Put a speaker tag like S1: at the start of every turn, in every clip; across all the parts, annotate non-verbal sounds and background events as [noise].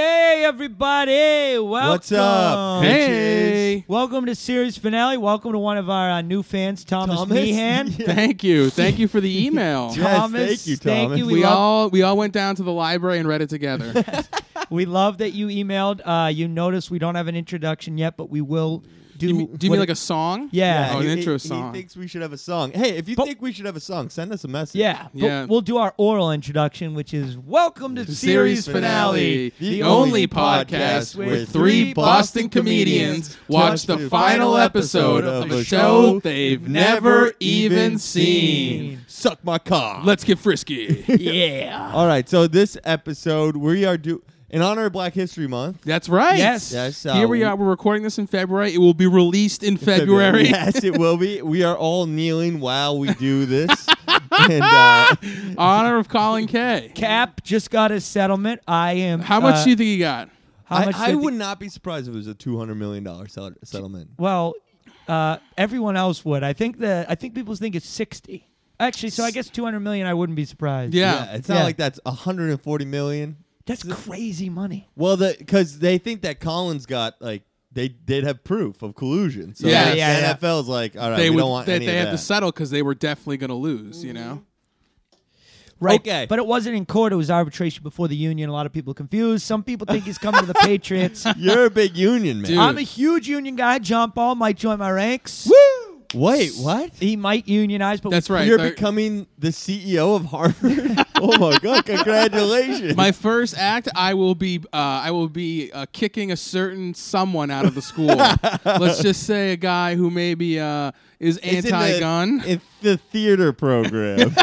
S1: Hey, everybody. Welcome.
S2: What's up?
S3: Hey.
S1: Welcome to series finale. Welcome to one of our uh, new fans, Thomas,
S3: [laughs]
S2: Thomas?
S1: Meehan.
S2: [laughs] Yeah.
S3: Thank you. Thank [laughs] you for the email.
S2: Yes,
S1: Thomas,
S2: thank you,
S1: thank
S2: Thomas.
S1: you.
S3: we
S1: We, love,
S3: all we all went down to the library and read it [laughs] together.
S1: we love that you emailed. Uh, you notice we don't have an introduction yet, but we will do.
S3: do you mean, do you mean like a song?
S1: Yeah.
S3: Oh, an
S2: he-
S3: intro
S2: he-
S3: song.
S2: He thinks we should have a song. Hey, if you
S1: But-
S2: think we should have a song, send us a message.
S1: Yeah, but
S3: Yeah.
S1: we'll do our oral introduction, which is welcome to
S3: The
S1: series,
S3: series
S1: finale,
S3: finale, the only podcast where three Boston comedians watch the final episode of a show they've never even seen.
S2: Suck my cock.
S3: Let's get frisky. [laughs]
S1: yeah.
S2: All right, so this episode we are do in honor of Black History Month.
S3: That's right.
S1: Yes.
S2: Yes, uh,
S3: Here we are. We're recording this in February. It will be released in February.
S2: yes, it will be. We are all kneeling while we do
S3: [laughs]
S2: this. and uh,
S3: Honor of Colin K.
S1: Cap just got his settlement. I am.
S3: How much
S1: uh,
S3: do you think he got?
S1: How
S2: I,
S1: much?
S2: I
S1: did the-
S2: would not be surprised if it was a two hundred million dollar sell- settlement.
S1: Well, uh, everyone else would. I think the. I think people think it's sixty. Actually, so I guess two hundred million. I wouldn't be surprised.
S3: Yeah.
S2: it's not
S1: Yeah.
S2: like that's hundred and forty million.
S1: that's crazy money.
S2: Well, the because they think that Collins got like they did have proof of collusion. So
S3: Yeah,
S2: the
S1: yeah, yeah.
S2: NFL's like, all right,
S3: they
S2: we
S3: would-
S2: don't want
S3: that Mm-hmm.
S2: any
S3: they
S2: of
S3: had
S2: that.
S3: to settle because they were definitely going to lose. You know.
S1: Right.
S2: Okay.
S1: But it wasn't in court. It was arbitration before the union. A lot of people confused. Some people think he's coming to
S2: [laughs]
S1: the Patriots.
S2: [laughs] You're a big union man.
S3: Dude.
S1: I'm a huge union guy. John Paul might join my ranks.
S2: Woo! Wait,
S3: [laughs]
S2: what?
S1: He might unionize, but
S3: That's right.
S2: You're
S3: They're-
S2: becoming the CEO of Harvard. [laughs] oh my
S3: [laughs]
S2: god! Congratulations.
S3: My first act, I will be, uh, I will be uh, kicking a certain someone out of
S1: [laughs]
S3: the school. Let's just say a guy who maybe uh, is
S2: It's in the-
S3: anti-gun.
S2: It's the theater
S3: [laughs]
S2: program.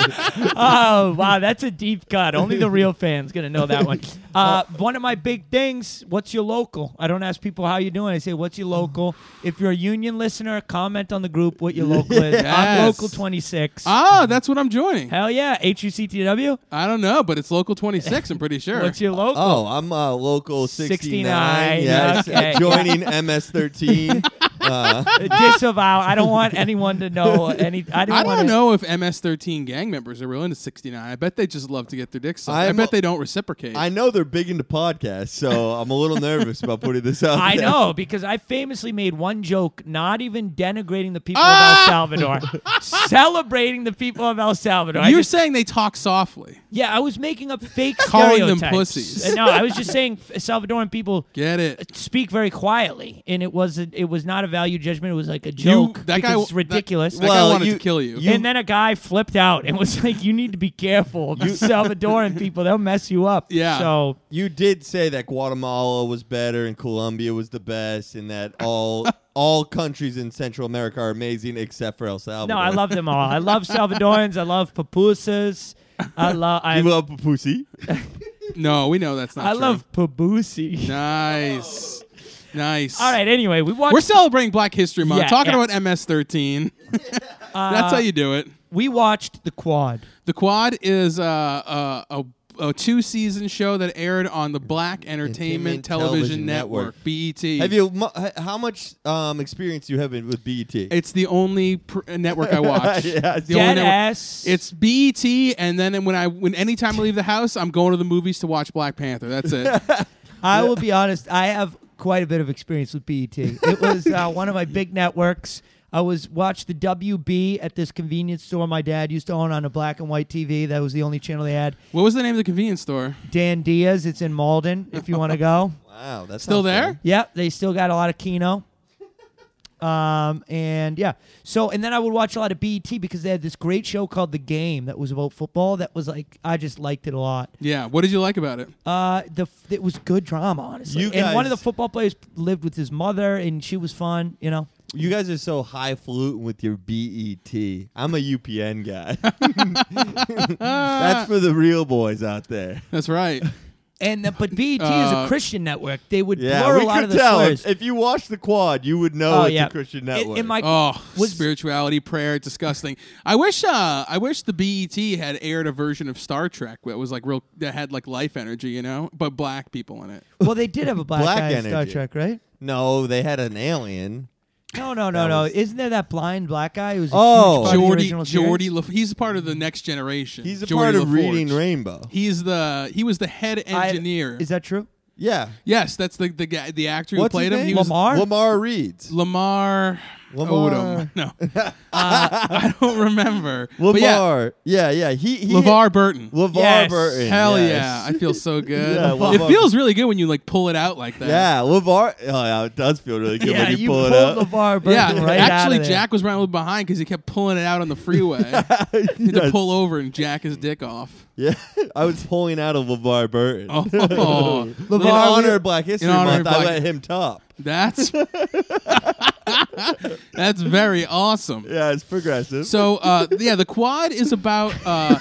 S1: oh wow, that's a deep cut. Only the real fans gonna know that
S3: [laughs]
S1: one. Uh, one of my big things. What's your local? I don't ask people how you doing. I say what's your local. If you're a union listener, comment on the group what your local is. I'm
S3: Yes.
S1: local 26.
S3: Ah, that's what I'm joining.
S1: Hell yeah, HUCTW.
S3: I don't know, but it's local 26. I'm pretty sure.
S1: What's your local?
S2: oh, I'm uh, local
S1: 69,
S2: 69. Yes,
S1: okay.
S2: joining MS13. Uh,
S3: Ah.
S1: Disavow. I don't want anyone to know any. I,
S3: I
S1: wanna-
S3: don't know if MS-13 gang members are willing to 69. I bet they just love to get their dicks. sucked. I
S2: I'm
S3: bet
S2: a-
S3: they don't reciprocate.
S2: I know they're big into podcasts, so I'm a little nervous about putting this out.
S1: I
S2: there.
S1: know because I famously made one joke, not even denigrating the people
S3: Ah!
S1: of El Salvador, celebrating the people of El Salvador. I
S3: You're
S1: just-
S3: saying they talk softly.
S1: yeah, I was making up fake
S3: [laughs] Calling them
S1: stereotypes.
S3: pussies.
S1: Uh, No, I was just saying f- Salvadoran people
S3: Get it?
S1: speak very quietly, and it was a, it was not a value judgment. It was like a
S3: You-
S1: joke
S3: that guy
S1: because
S3: w-
S1: it's ridiculous.
S3: That, that
S2: Well,
S3: guy wanted
S2: you-
S3: to kill you.
S2: you-
S1: and then a guy flipped out and was [laughs] like, "You need to be careful, of [laughs] Salvadoran people. They'll mess you up."
S3: Yeah.
S1: So
S2: You did say that Guatemala was better and Colombia was the best, and that all all countries in Central America are amazing except for El Salvador.
S1: no, I love them all. I love Salvadorans. I love pupusas. I love. I,
S2: you love pussy.
S3: no, we know that's not
S1: I
S3: true.
S1: love Pabusi. [laughs]
S3: Nice. Nice.
S1: All right. Anyway, we watched.
S3: We're celebrating Black History Month.
S1: Yeah,
S3: talking
S1: yeah.
S3: about MS-13.
S1: uh,
S3: [laughs] That's how you do it.
S1: we watched the Quad.
S3: The Quad is uh, uh, a a two season show that aired on the Black Entertainment,
S2: Entertainment
S3: Television,
S2: Television
S3: Network, E BET.
S2: Have you? mu- h- How much um, experience do you have in, with E BET? [laughs]
S3: It's the only pr- uh, network [laughs] I watch.
S2: Yeah,
S3: the
S1: Dead
S3: network-
S1: ass.
S3: It's BET, and then when I when anytime I leave the house, I'm going to the movies to watch Black Panther. That's [laughs] it.
S1: I will be honest. I have quite a bit of experience with BET. It was uh, one of my big networks. I was watched the WB at this convenience store my dad used to own on a black and white TV. That was the only channel they had.
S3: what was the name of the convenience store?
S1: Dan Diaz. It's in Malden. If you want to go.
S2: wow, that's
S3: Still
S2: not
S3: there?
S2: fair.
S1: Yep, they still got a lot of Kino. Um, and yeah, so and then I would watch a lot of BET because they had this great show called The Game that was about football. That was like I just liked it a lot.
S3: Yeah. What did you like about it?
S1: Uh, the f- it was good drama, honestly.
S2: You
S1: and one of the
S2: guys-
S1: football players lived with his mother, and she was fun. You know,
S2: You guys are so highfalutin with your BET. I'm a UPN guy. [laughs] that's for the real boys out there.
S3: That's right.
S1: and the, but BET is a
S3: Uh,
S1: Christian network. They would
S2: Yeah,
S1: blur
S2: we
S1: a lot
S2: could
S1: of the
S2: tell.
S1: slurs.
S2: If you watch the quad, you would
S1: Oh,
S2: know it's
S1: yeah.
S2: a Christian
S1: In-
S2: network.
S1: in my
S3: Oh,
S1: Was-
S3: spirituality, prayer, disgusting. I wish, uh, I wish the BET had aired a version of Star Trek that was like real, that had like life energy, you know, but black people in it.
S1: well, they did have a black,
S2: Black
S1: guy in Star
S2: energy.
S1: Trek, right?
S2: no, they had an alien.
S1: No, no, no,
S2: That
S1: no.
S2: was-
S1: Isn't there that blind black guy who was a huge
S2: Oh.
S1: part of the
S3: Jordy,
S1: original series?
S3: Jordy, Lef- he's part of the next generation.
S2: He's a
S3: Geordie
S2: part of
S3: LaForge.
S2: Reading Rainbow.
S3: He's the he was the head
S1: I-
S3: engineer.
S2: [laughs]
S1: Is that true?
S2: Yeah.
S3: Yes, that's the the guy, the actor who
S2: What's his
S3: played him.
S2: name?
S3: He was
S1: Lamar?
S2: Lamar Reed's.
S3: Lamar,
S2: Lamar.
S3: Odom. [laughs] No, Uh, I don't remember. But yeah,
S2: Lamar. Yeah, yeah. He, he
S3: LeVar Burton.
S2: LeVar
S1: Yes.
S2: Burton.
S3: Hell
S2: yes.
S3: yeah! I
S2: [laughs]
S3: feel so good.
S2: Yeah,
S3: it
S2: LeVar.
S3: feels really good when you like pull it out like that.
S2: Yeah, LeVar. Oh, yeah, it does feel really
S3: [laughs]
S2: good
S1: yeah,
S2: when you,
S1: you
S2: pull
S1: pulled
S2: it out. [laughs]
S1: LeVar Burton
S3: Yeah,
S1: right out
S3: actually,
S1: of there.
S3: Jack was running behind because he kept pulling it out on the freeway. He had to
S2: Yes.
S3: pull over and jack his dick off.
S2: Yeah, I was pulling out of LeVar Burton.
S3: Oh,
S2: In
S1: LeVar,
S2: honor
S1: we-
S2: of Black History
S3: in honor
S2: Month,
S3: of
S2: I
S3: Black-
S2: let him top.
S3: [laughs] that's [laughs] that's very awesome.
S2: Yeah, it's progressive.
S3: So uh, yeah, the quad is about uh,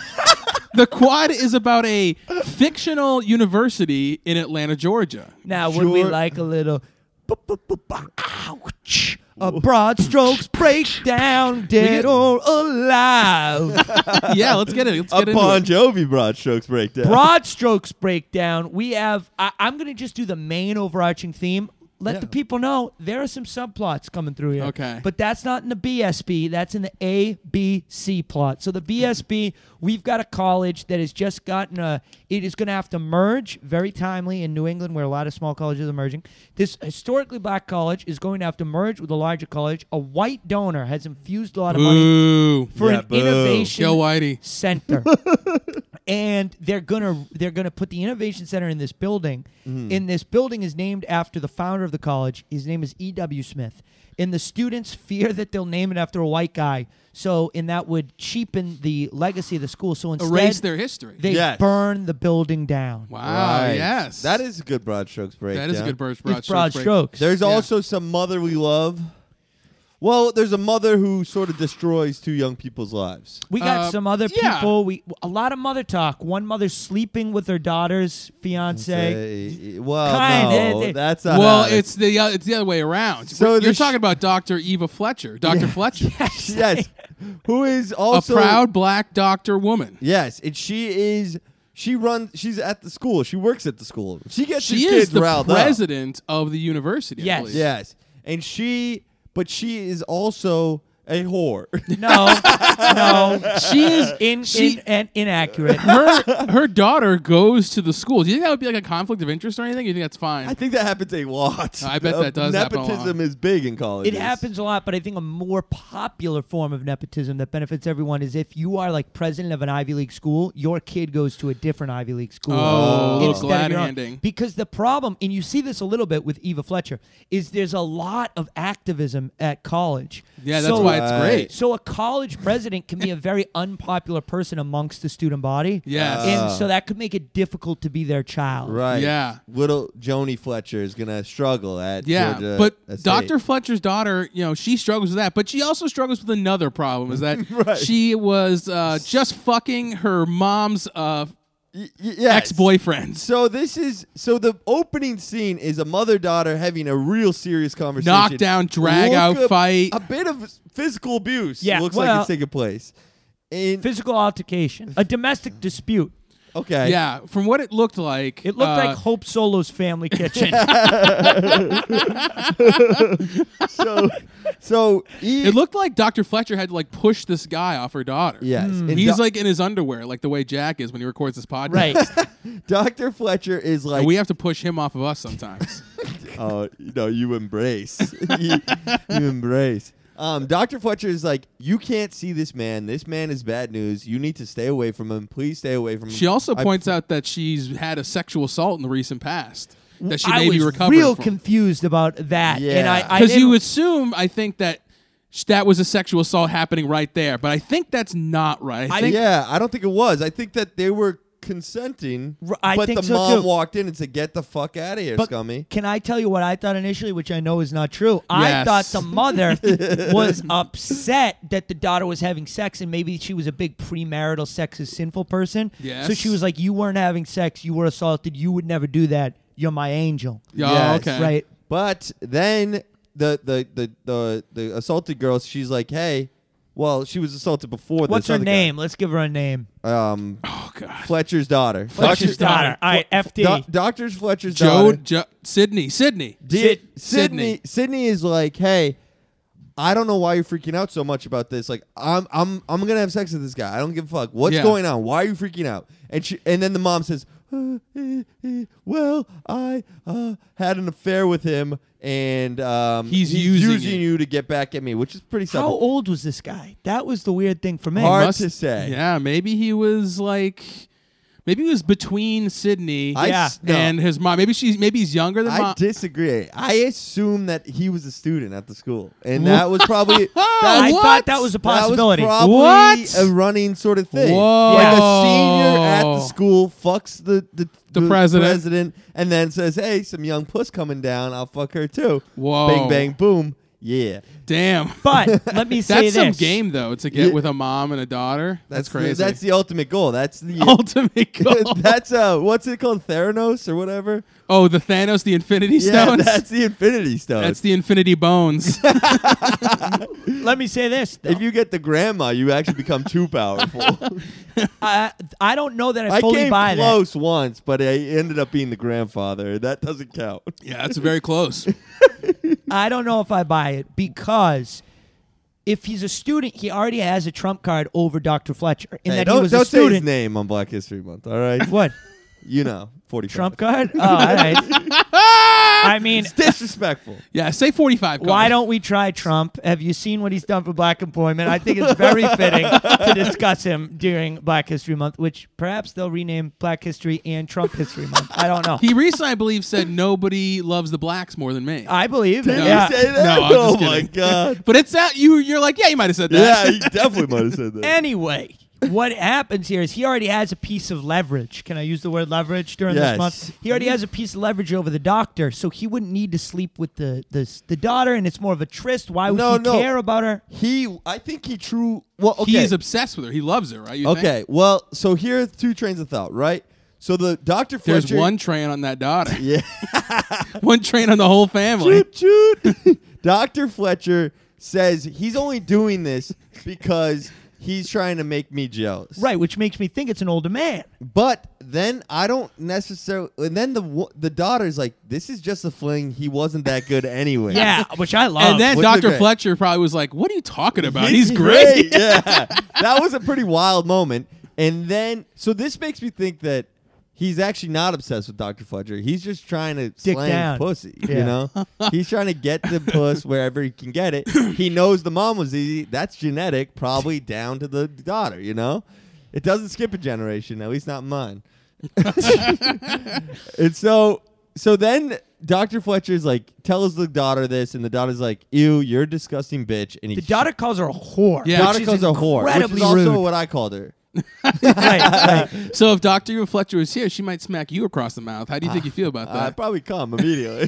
S3: the quad is about a fictional university in Atlanta, Georgia.
S1: Now, would we
S2: Sure.
S1: like a little? Ouch! A broad strokes breakdown, dead or alive.
S3: Yeah, let's get it. Let's
S2: a
S3: get into
S2: Bon
S3: it.
S2: Jovi broad strokes breakdown.
S1: broad strokes breakdown. We have. I, I'm gonna just do the main overarching theme. Let the people know there are some subplots coming through here.
S3: Okay.
S1: But that's not in the BSB. That's in the ABC plot. So the BSB, we've got a college that has just gotten a. It is going to have to merge very timely in New England, where a lot of small colleges are merging. This historically black college is going to have to merge with a larger college. A white donor has infused a lot of [laughs] money
S3: Boo!
S1: for
S2: Yeah,
S1: an
S2: boo.
S1: innovation
S3: Yo, Whitey.
S1: center and they're gonna they're gonna put the innovation center in this building and this building is named after the founder of the college his name is ew smith and the students fear that they'll name it after a white guy so and that would cheapen the legacy of the school so instead
S3: Erase their history.
S1: they
S2: Yes.
S1: burn the building down
S3: wow!
S2: Right.
S3: Yes,
S2: That is a good broad strokes breakdown.
S3: that is a good broad, broad,
S1: it's broad
S3: stroke break.
S1: strokes
S2: There's
S3: Yeah.
S2: also some motherly love. Well, there's a mother who sort of destroys two young people's lives.
S1: we got
S3: Uh,
S1: some other
S3: yeah.
S1: people we a lot of mother talk one mother sleeping with her daughter's fiance
S2: Uh, well,
S1: Kinda,
S2: no,
S1: they-
S2: that's not
S3: Well,
S2: how
S3: it's the uh, it's the other way around.
S2: So
S3: So
S2: the
S3: you're
S2: sh-
S3: talking about Doctor
S2: [laughs]
S3: Eva Fletcher, Doctor Fletcher,
S2: [laughs]
S1: [laughs]
S2: yes. Who is
S3: a
S2: also
S3: proud black doctor woman.
S2: Yes, and she is. She runs. She's at the school. She works at the school. She gets
S3: She
S2: these
S3: is
S2: kids
S3: the
S2: riled up.
S3: president of the university. I
S1: Yes.
S2: [laughs]
S3: believe.
S2: Yes, and she, but she is also a whore. [laughs]
S1: no no
S3: she is
S1: in,
S3: She-
S1: in and inaccurate
S3: [laughs] her her daughter goes to the school. Do you think that would be like a conflict of interest or anything? You think that's fine?
S2: I think that happens a lot. Uh,
S3: I bet that does happen a lot.
S2: Nepotism is big in college.
S1: It happens a lot, but I think a more popular form of nepotism that benefits everyone is if you are like president of an Ivy League school, your kid goes to a different Ivy League school.
S3: Oh, little
S1: instead of
S3: glad
S1: your own.
S3: handing.
S1: Because the problem, and you see this a little bit with Eva Fletcher, is there's a lot of activism at college.
S3: yeah, that's
S1: So-
S3: why it's
S2: Right.
S3: great.
S1: So a college president can be a very
S3: [laughs]
S1: unpopular person amongst the student body.
S3: Yes.
S1: And so that could make it difficult to be their child.
S2: Right.
S3: Yeah.
S2: Little Joni Fletcher is gonna struggle at
S3: Yeah,
S2: Georgia
S3: but
S2: State.
S3: Dr. Fletcher's daughter, you know, she struggles with that, but she also struggles with another problem is that
S2: [laughs] Right.
S3: she was uh, just fucking her mom's uh,
S2: Y- y- yes.
S3: ex-boyfriends.
S2: So this is so the opening scene is a mother daughter having a real serious conversation.
S3: Knockdown, drag out
S2: up-
S3: fight.
S2: A bit of physical abuse.
S1: Yeah,
S2: looks like
S1: well-
S2: it's taking place. And
S1: Physical altercation, a domestic dispute.
S2: okay,
S3: Yeah, from what it looked like,
S1: It looked
S3: uh,
S1: like Hope Solo's
S3: [laughs]
S1: family kitchen.
S2: So so
S3: it looked like Dr. Fletcher had to like push this guy off her daughter.
S2: yes. and
S3: Hmm. he's
S2: Do-
S3: like in his underwear, like the way Jack is when he records this podcast.
S1: right.
S2: Dr. Fletcher is like
S3: And we have to push him off of
S2: [laughs]
S3: us sometimes.
S2: Oh no, you embrace. [laughs] you, you embrace. Um, Dr. Fletcher is like, you can't see this man. This man is bad news. You need to stay away from him. Please stay away from him.
S3: She also
S2: I-
S3: points out that she's had a sexual assault in the recent past that she
S1: I
S3: may
S1: was
S3: be recovering
S1: real
S3: from.
S1: confused about that, and I
S2: Yeah.
S1: I
S3: because you
S1: didn't-
S3: assume I think that sh- that was a sexual assault happening right there, but I think that's not right. I think
S2: yeah, I don't think it was. I think that they were consenting,
S1: R- I
S2: but
S1: think
S2: the
S1: so,
S2: mom
S1: too.
S2: walked in and said, "Get the fuck out of here,
S1: But
S2: scummy."
S1: Can I tell you what I thought initially, which I know is not true? I
S3: Yes.
S1: thought the
S2: [laughs]
S1: mother was upset that the daughter was having sex, and maybe she was a big premarital sex is sinful person. So
S3: Yes.
S1: she was like, "You weren't having sex. You were assaulted. You would never do that. You're my angel."
S3: Yeah,
S2: Yes.
S3: Oh, okay.
S1: Right.
S2: But then the the the the, the assaulted girl, she's like, "Hey." Well, she was assaulted before this.
S1: What's her
S2: other guy.
S1: name? Let's give her a name.
S2: Um,
S3: Oh god.
S2: Fletcher's daughter.
S1: Fletcher's daughter. All right, FD.
S2: Do- Doctor's Fletcher's
S3: Joe,
S2: daughter.
S3: jo- Sydney, Sydney.
S2: Did
S3: Sid-
S2: Sydney Sydney is like, hey, I don't know why you're freaking out so much about this. Like, I'm I'm I'm gonna have sex with this guy. I don't give a fuck. What's
S3: Yeah.
S2: going on? Why are you freaking out? And she and then the mom says, uh, eh, eh, well, I uh, had an affair with him, and um,
S3: He's using it.
S2: you to get back at me, which is pretty
S1: How
S2: simple.
S1: old was this guy? That was the weird thing for me.
S2: Hard
S3: Must-
S2: to say.
S3: Yeah, maybe he was like, maybe he was between Sydney
S2: I
S1: Yeah.
S2: s- no,
S3: and his mom. Maybe she's maybe he's younger than
S2: I
S3: mom.
S2: disagree. I assume that he was a student at the school, and that was probably
S3: [laughs]
S2: that
S1: I
S2: was-
S1: thought that was a possibility.
S2: That was probably
S3: What?
S2: a running sort of thing.
S3: Whoa.
S2: Like a senior at the school fucks the the,
S3: The president.
S2: president and then says, "Hey, some young puss coming down. I'll fuck her too."
S3: Whoa.
S2: Bang bang boom. Yeah.
S3: Damn.
S1: but let
S2: [laughs]
S1: me say
S3: That's some
S1: this.
S3: game though to get
S2: Yeah.
S3: with a mom and a daughter. That's,
S2: the-
S3: crazy. [laughs]
S2: that's the ultimate goal. That's the [laughs]
S3: ultimate goal.
S2: that's uh what's it called Theranos or whatever?
S3: oh, the Thanos, the Infinity
S2: Yeah, [laughs]
S3: Stones.
S2: that's the Infinity Stones.
S3: [laughs] That's the
S2: [laughs]
S3: Infinity Bones.
S1: Let me say this. Though.
S2: if you get the grandma, you actually become
S3: [laughs]
S2: too powerful.
S1: I, I don't know that I
S2: I
S1: fully
S2: came
S1: buy that.
S2: close once, but I ended up being the grandfather. That doesn't count.
S3: yeah, that's very close.
S1: I don't know if I buy it because if he's a student, he already has a trump card over Dr. Fletcher. In
S2: Hey,
S1: that
S2: don't
S1: he was
S2: don't
S1: a
S2: say his
S1: student.
S2: name on Black History Month. All
S1: [laughs]
S2: right,
S1: What?
S2: you know, forty
S1: Trump card? Oh, all right. I mean,
S2: [laughs] Disrespectful.
S3: Yeah, say 45.
S1: why
S3: Connor.
S1: don't we try Trump? Have you seen what he's done for black employment? I think it's very fitting to discuss him during Black History Month, which perhaps they'll rename Black History and Trump History Month. I don't know.
S3: He recently, I believe, said nobody loves the blacks more than me.
S1: I believe it.
S3: No.
S1: yeah.
S2: You say that?
S3: No, I'm
S2: oh
S3: just
S2: my
S3: [laughs] kidding.
S2: god.
S3: but it's that you. You're like, yeah, you might have said that. [laughs]
S2: yeah, he definitely might have said that.
S1: Anyway, what happens here is he already has a piece of leverage. Can I use the word leverage during
S2: Yes.
S1: this month? He already has a piece of leverage over the doctor, so he wouldn't need to sleep with the the, the daughter, and it's more of a tryst. Why would
S2: No,
S1: he
S2: no.
S1: care about her?
S2: he, I think he true. Well, okay.
S3: He's obsessed with her. He loves her, right? You think?
S2: okay. Well, so here are two trains of thought, right? So the Doctor Fletcher.
S3: There's one train on that daughter.
S2: [laughs] Yeah.
S3: [laughs] one train on the whole family.
S2: Choot,
S3: [laughs]
S2: [laughs] choot. Dr. Fletcher says he's only doing this because he's trying to make me jealous.
S1: Right, which makes me think it's an older man.
S2: But then I don't necessarily. And then the wo- the daughter's like, "This is just a fling. He wasn't that good anyway."
S1: Yeah, which I love.
S3: And then
S2: What's the
S3: Dr.
S2: guy?
S3: Fletcher probably was like, "What are
S2: [laughs]
S3: you talking about? He's, great." [laughs]
S2: yeah, that was a pretty wild moment. And then, so this makes me think that he's actually not obsessed with Dr. Fletcher. He's just trying to
S1: Dick
S2: slang
S1: down.
S2: pussy. You
S1: Yeah. [laughs]
S2: know, he's trying to get the puss wherever he can get it. He knows the mom was easy. That's genetic, probably down to the daughter. You know, it doesn't skip a generation. At least not mine. [laughs] And so so then Dr. Fletcher's like tells the daughter this, and the daughter's like, Ew, you're a disgusting bitch. And he
S1: the daughter calls her a whore.
S3: Yeah.
S2: daughter
S1: which is
S2: calls her a whore. Which
S1: Incredibly
S2: is also
S1: rude.
S2: what I called her. [laughs]
S1: right, right.
S3: So if Dr. Fletcher was here, she might smack you across the mouth. How do you think you
S2: [sighs]
S3: feel about
S2: I
S3: that?
S2: probably come immediately.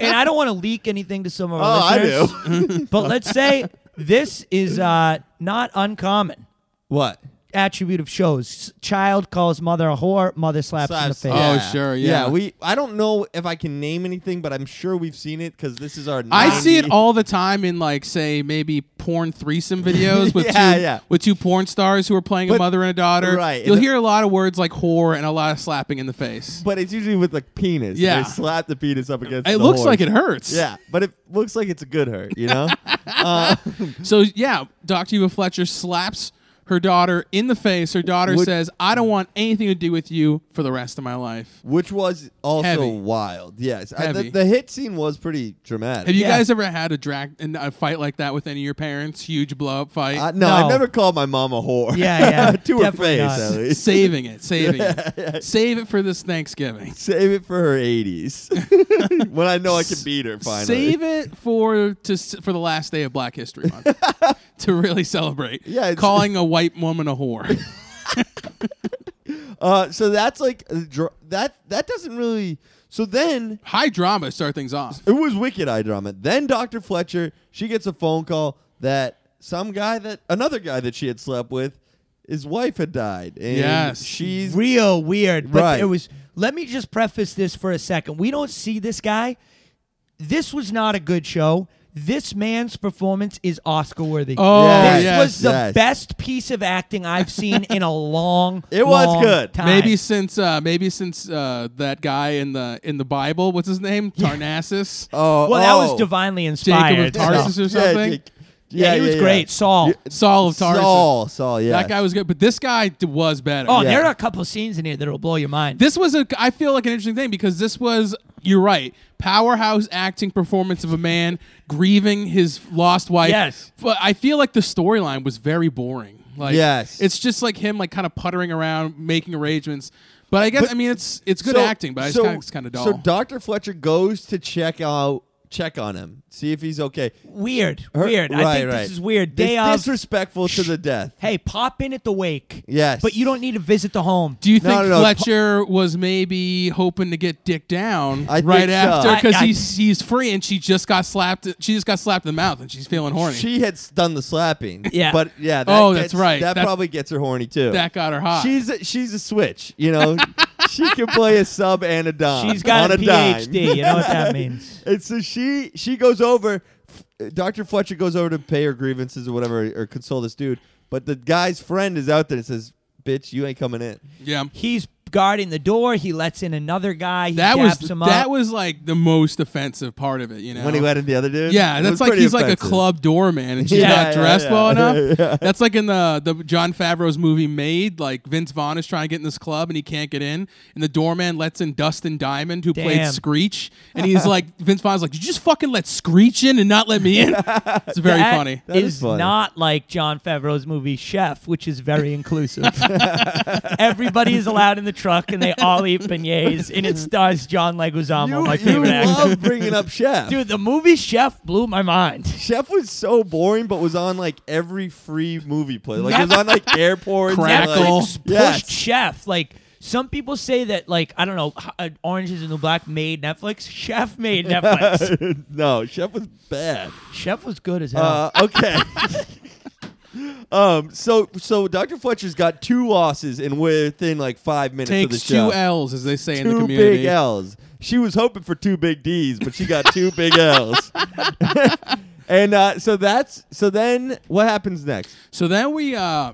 S1: And I don't want to leak anything to some of our
S2: Oh, I
S1: listeners. [laughs]
S2: [laughs]
S1: but let's say this is uh, not uncommon.
S2: [laughs] what?
S1: attribute of shows. S- Child calls mother a whore, mother slaps in the
S2: Slaps-
S1: face.
S3: Oh, sure, yeah.
S2: we. I don't know if I can name anything, but I'm sure we've seen it because this is our.
S3: I
S2: 90
S3: see it all the time in like say maybe porn threesome
S2: [laughs]
S3: videos with
S2: Yeah,
S3: two
S2: yeah.
S3: with two porn stars who are playing a
S2: But-
S3: mother and a daughter.
S2: right,
S3: You'll
S2: and-
S3: hear a lot of words like whore and a lot of slapping in the face.
S2: but it's usually with like penis.
S3: Yeah.
S2: they slap the penis up against.
S3: it
S2: the
S3: looks
S2: horse.
S3: like it hurts.
S2: Yeah, but it looks like it's a good hurt. You
S3: [laughs]
S2: know.
S3: So yeah, Dr. Eva Fletcher slaps her daughter in the face. Her daughter
S2: Would-
S3: says, "I don't want anything to do with you for the rest of my life."
S2: which was also
S3: Heavy.
S2: wild. Yes, I-
S3: Heavy.
S2: the, the hit scene was pretty dramatic.
S3: Have you
S1: Yeah.
S3: guys ever had a drag and a fight like that with any of your parents? Huge blow up
S2: [laughs]
S3: fight.
S2: Uh, no,
S1: No.
S2: I've never called my mom a whore. [laughs]
S1: Yeah, yeah,
S2: to her
S1: definitely
S2: face,
S1: not.
S2: at least.
S3: saving it,
S2: [laughs]
S3: saving it, save it for this Thanksgiving.
S2: Save it for her 80s [laughs] when I know I can beat her finally.
S3: Save it for to s- for the last day of Black
S2: [laughs]
S3: History Month to really celebrate.
S2: Yeah, it's-
S3: calling a white woman a
S2: [laughs]
S3: whore.
S2: Uh, so that's like a dr- that. That doesn't really. So then
S3: High drama to start things off.
S2: it was wicked eye drama. Then Dr. Fletcher she gets a phone call that some guy that another guy that she had slept with, his wife had died, and
S3: Yes.
S2: she's
S1: Real weird. But
S2: Right.
S1: it was let me just preface this for a second. We don't see this guy. This was not a good show. This man's performance is Oscar worthy.
S3: Oh,
S1: this
S2: yes,
S1: was the
S2: yes.
S1: best piece of acting I've seen in a long
S2: It was
S1: long
S2: good.
S1: time.
S3: Maybe since uh, maybe since uh, that guy in the in the Bible, what's his name? Tarnassus.
S2: [laughs] Oh,
S1: Well, that was
S2: oh.
S1: divinely
S3: Jacob of
S1: inspired. so-
S3: Tarsus or
S2: Yeah,
S3: something.
S2: Jake-
S1: Yeah, he was great. Saul.
S3: Saul of Tarsus.
S2: Saul, Saul, yeah.
S3: That guy was good, but this guy d- was better.
S1: Oh,
S2: Yeah.
S1: there are a couple scenes in here that'll blow your mind.
S3: This was a I feel like an interesting thing because this was you're right. Powerhouse acting performance of a man grieving his lost wife.
S1: Yes.
S3: But I feel like the storyline was very boring. Like
S2: Yes.
S3: it's just like him like kind of puttering around making arrangements. But I guess I mean it's it's good
S2: So-
S3: acting, but it's
S2: so-
S3: kind of, it's kind of dull.
S2: So Doctor Fletcher goes to check out, check on him, see if he's okay.
S1: weird,
S2: Her-
S1: weird. I
S2: right,
S1: think
S2: right.
S1: this is weird. Day
S2: It's
S1: of.
S2: disrespectful to the
S3: [laughs]
S2: death.
S1: hey, pop in at the wake.
S2: Yes.
S1: But you don't need to visit the home.
S3: Do you
S2: No,
S3: think
S2: no, no.
S3: Fletcher was maybe hoping to get Dick down
S2: I think
S3: right
S2: so.
S3: after
S1: I-
S3: because
S1: I-
S3: he's he's free and she just got slapped. She just got slapped in the mouth and she's feeling horny.
S2: She had s- done the slapping.
S3: [laughs]
S1: Yeah.
S2: But yeah. That
S3: Oh,
S2: gets-
S3: that's right.
S2: That
S3: That-
S2: probably gets her horny too.
S3: that got her hot.
S2: She's a, she's a switch. You
S3: [laughs]
S2: know, she can play a sub and a dime.
S1: She's got
S2: on
S1: a,
S2: a dime.
S1: PhD. You know what that means.
S2: And so she she goes over. Doctor Fletcher goes over to pay her grievances or whatever, or console this dude. But the guy's friend is out there and says, "Bitch, you ain't coming in."
S3: yeah.
S1: He's guarding the door. He lets in another guy. He
S3: That was
S1: daps him up.
S3: that was like the most offensive part of it, you know.
S2: When he let in the other dude,
S3: yeah,
S2: It
S3: that's
S2: was
S3: like
S2: pretty
S3: he's like a
S2: offensive.
S3: club doorman and she's
S1: Yeah,
S3: not
S2: yeah,
S3: dressed
S2: yeah. [laughs]
S3: well enough.
S2: Yeah.
S3: That's like in the the John Favreau's movie Made, like Vince Vaughn is trying to get in this club and he can't get in, and the doorman lets in Dustin Diamond who played
S1: Damn.
S3: Screech, and
S2: [laughs]
S3: he's like Vince Vaughn's like, "Did you just fucking let Screech in and not let
S2: [laughs]
S3: me in?" It's very
S1: That
S3: funny.
S2: That is
S1: is
S2: funny.
S1: not like John Favreau's movie Chef, which is very [laughs] inclusive. Everybody is allowed in the truck, and they all eat beignets, and it stars John Leguizamo,
S2: You,
S1: my
S2: you
S1: favorite actor.
S2: love bringing
S3: [laughs]
S2: up Chef.
S1: Dude, the movie Chef blew my mind.
S2: Chef was so boring, but was on like every free movie play. Like it was on
S3: [laughs]
S2: like airports. and, like-
S3: Crackle.
S1: Netflix pushed
S2: [laughs] Yes.
S1: Chef. Like some people say that, like I don't know, h- uh, Orange Is the New Black made Netflix. Chef [laughs] made Netflix.
S2: [laughs] no, Chef was bad.
S1: Chef was good as hell.
S2: Uh, okay. [laughs] um. So so Dr. Fletcher's got two losses in within like five minutes of the
S3: Takes
S2: show.
S3: two L's as they say in the
S2: two
S3: community.
S2: big L's. She was hoping for two big D's, but she got two big L's. [laughs] and uh, so that's so. Then what happens next?
S3: So then we uh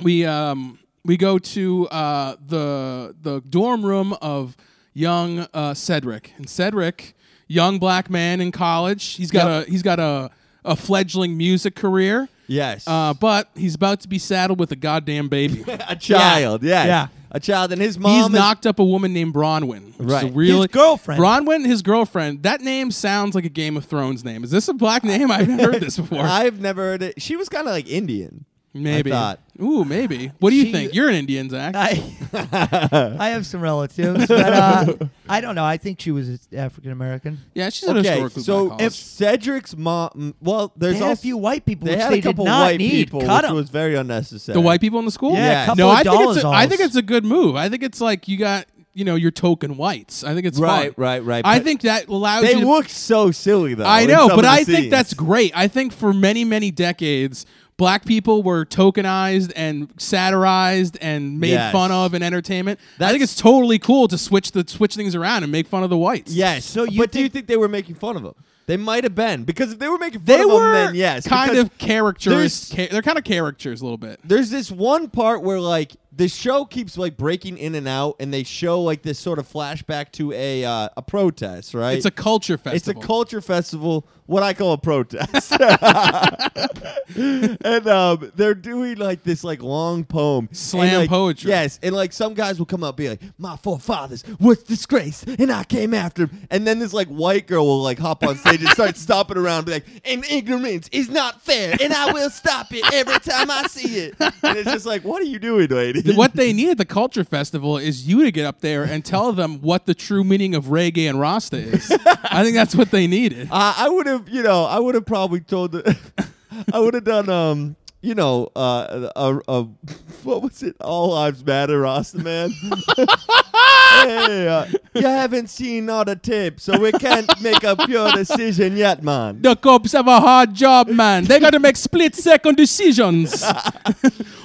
S3: we um we go to uh the the dorm room of young uh Cedric. And Cedric, young black man in college, he's got a he's got a a fledgling music career.
S2: Yes.
S3: Uh, but he's about to be saddled with a goddamn baby.
S2: a child. Yeah.
S1: Yeah.
S2: A child, and his [laughs]
S3: He's
S2: mom is
S3: knocked up a woman named Bronwyn. Which Is
S2: Right.
S3: a really,
S1: His girlfriend.
S3: Bronwyn, his girlfriend. That name sounds like a Game of Thrones name. Is this a black name? I've never
S2: [laughs]
S3: heard this before.
S2: I've never heard it. She was kind of like Indian.
S3: maybe.
S2: I thought.
S3: Ooh, maybe. What do you
S1: She-
S3: think? You're an Indian, Zach.
S1: I, I [laughs] have some relatives, but [laughs] uh, I don't know. I think she was African American.
S3: Yeah, she's an
S2: Okay,
S3: historically
S2: so
S3: black
S2: if
S3: college.
S2: Cedric's mom, well,
S1: They
S2: there's
S1: had
S2: also,
S1: a few white people,
S2: they
S1: which
S2: had
S1: they
S2: a couple
S1: did not
S2: white
S1: need.
S2: people,
S1: Cut
S2: which
S1: 'em. [laughs]
S2: was very unnecessary.
S3: the white people in the school,
S1: Yeah,
S2: Yeah.
S1: a couple
S3: no,
S1: of
S3: I think it's a,
S1: dolls
S3: I think
S1: alls.
S3: it's a good move. I think it's like you got you know your token whites. I think it's
S2: Right,
S3: fine.
S2: right, right.
S3: I
S2: but
S3: think that allows
S2: they
S3: you. to-
S2: look so silly though.
S3: I
S2: in
S3: know,
S2: some of
S3: but
S2: the
S3: I think
S2: scenes.
S3: that's great. I think for many many decades. Black people were tokenized and satirized and made
S2: Yes.
S3: fun of in entertainment. I think
S2: That's-
S3: it's totally cool to switch the switch things around and make fun of the whites.
S2: yes.
S1: So you
S2: but do you
S1: think-
S2: think they were making fun of him? They might have been because if they were making fun
S3: they
S2: of
S3: were
S2: him, then yes,
S3: kind
S2: because
S3: of characters. Ca- they're kind of characters a little bit.
S2: There's this one part where like the show keeps like breaking in and out, and they show like this sort of flashback to a uh, a protest, right?
S3: It's a culture
S2: It's a
S3: festival.
S2: culture festival, what I call a protest. [laughs] and um, they're doing like this like long poem,
S3: Slam
S2: And, like,
S3: poetry.
S2: Yes, and like some guys will come up and be like, "My forefathers was disgraced, and I came after 'em." And then this like white girl will like hop on stage and
S3: [laughs]
S2: start stomping around, and be like, "And ignorance is not fair, and I will stop it every time I see it." And it's just like, "What are you doing, lady?" [laughs]
S3: Th- what they need at the culture festival is you to get up there and tell them what the true meaning of reggae and Rasta is. I think that's what
S2: [laughs]
S3: they needed. [laughs]
S2: Uh, I would have, you know, I would have probably told the, [laughs] I would have done, um, you know, uh, a, a, what was it? All lives matter, Rasta man. hey, uh, you haven't seen all the tape, so we can't make a pure decision yet, man.
S3: The cops have a hard job, man. They got to make split
S2: [laughs]
S3: second decisions.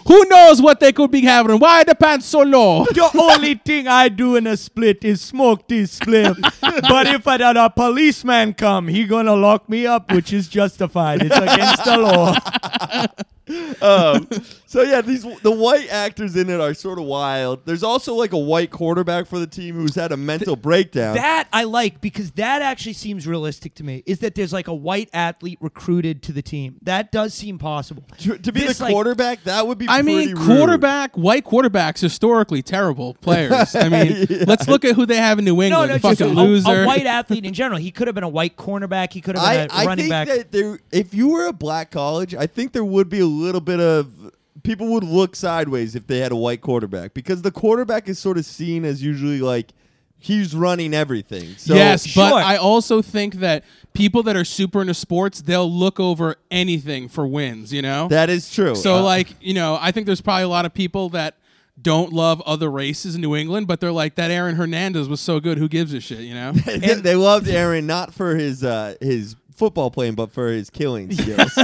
S3: Who knows what they could be having? Why are the pants
S2: [laughs]
S3: so low?
S1: The only thing I do in a split is smoke this split.
S2: [laughs]
S1: but if I let a policeman come, he gonna [laughs]
S2: [laughs]
S1: lock me up, which is justified. It's against the law.
S2: Um, So yeah, these the white actors in it are sort of wild. There's also like a white quarterback for the team who's had a mental breakdown.
S1: That I like because that actually seems realistic to me. Is that there's like a white athlete recruited to the team? That does seem possible.
S2: to, to be
S1: This,
S2: the
S1: like-
S2: quarterback, that would be.
S3: I mean,
S2: pretty rude.
S3: quarterback, white quarterbacks, historically terrible players.
S2: [laughs]
S3: I mean, let's look at who they have in New
S1: no,
S3: England.
S1: no,
S3: the
S1: just
S3: fucking
S1: a,
S3: loser.
S1: a white athlete in general. He could have been a white cornerback. He could have
S2: [laughs] I,
S1: been a
S2: I
S1: running
S2: think
S1: back.
S2: that there, if you were a black college, I think there would be a little bit of people would look sideways if they had a white quarterback because the quarterback is sort of seen as usually like he's running everything. So
S3: yes, but
S1: Sure.
S3: I also think that people that are super into sports, they'll look over anything for wins. You know,
S2: that is true.
S3: so
S2: Uh,
S3: like you know, I think there's probably a lot of people that don't love other races in New England, but they're like that. Aaron Hernandez was so good. Who gives a shit?
S2: [laughs]
S3: You know.
S2: [laughs] they, they loved Aaron not for his uh, his football playing, but for his killing skills.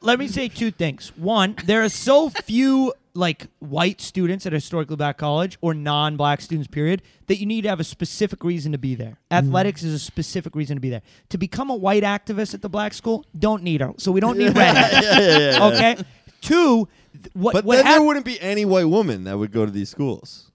S1: Let me say two things. One, there are so few like white students at a historically black college or non-black students period that you need to have a specific reason to be there.
S2: Mm-hmm.
S1: Athletics is a specific reason to be there. To become a white activist at the black school, don't need her. So we don't
S2: [laughs]
S1: need red.
S2: [laughs] yeah, yeah, yeah.
S1: Okay. Two, th- what
S2: But
S1: what
S2: then there
S1: happened?
S2: wouldn't be any white woman that would go to these schools.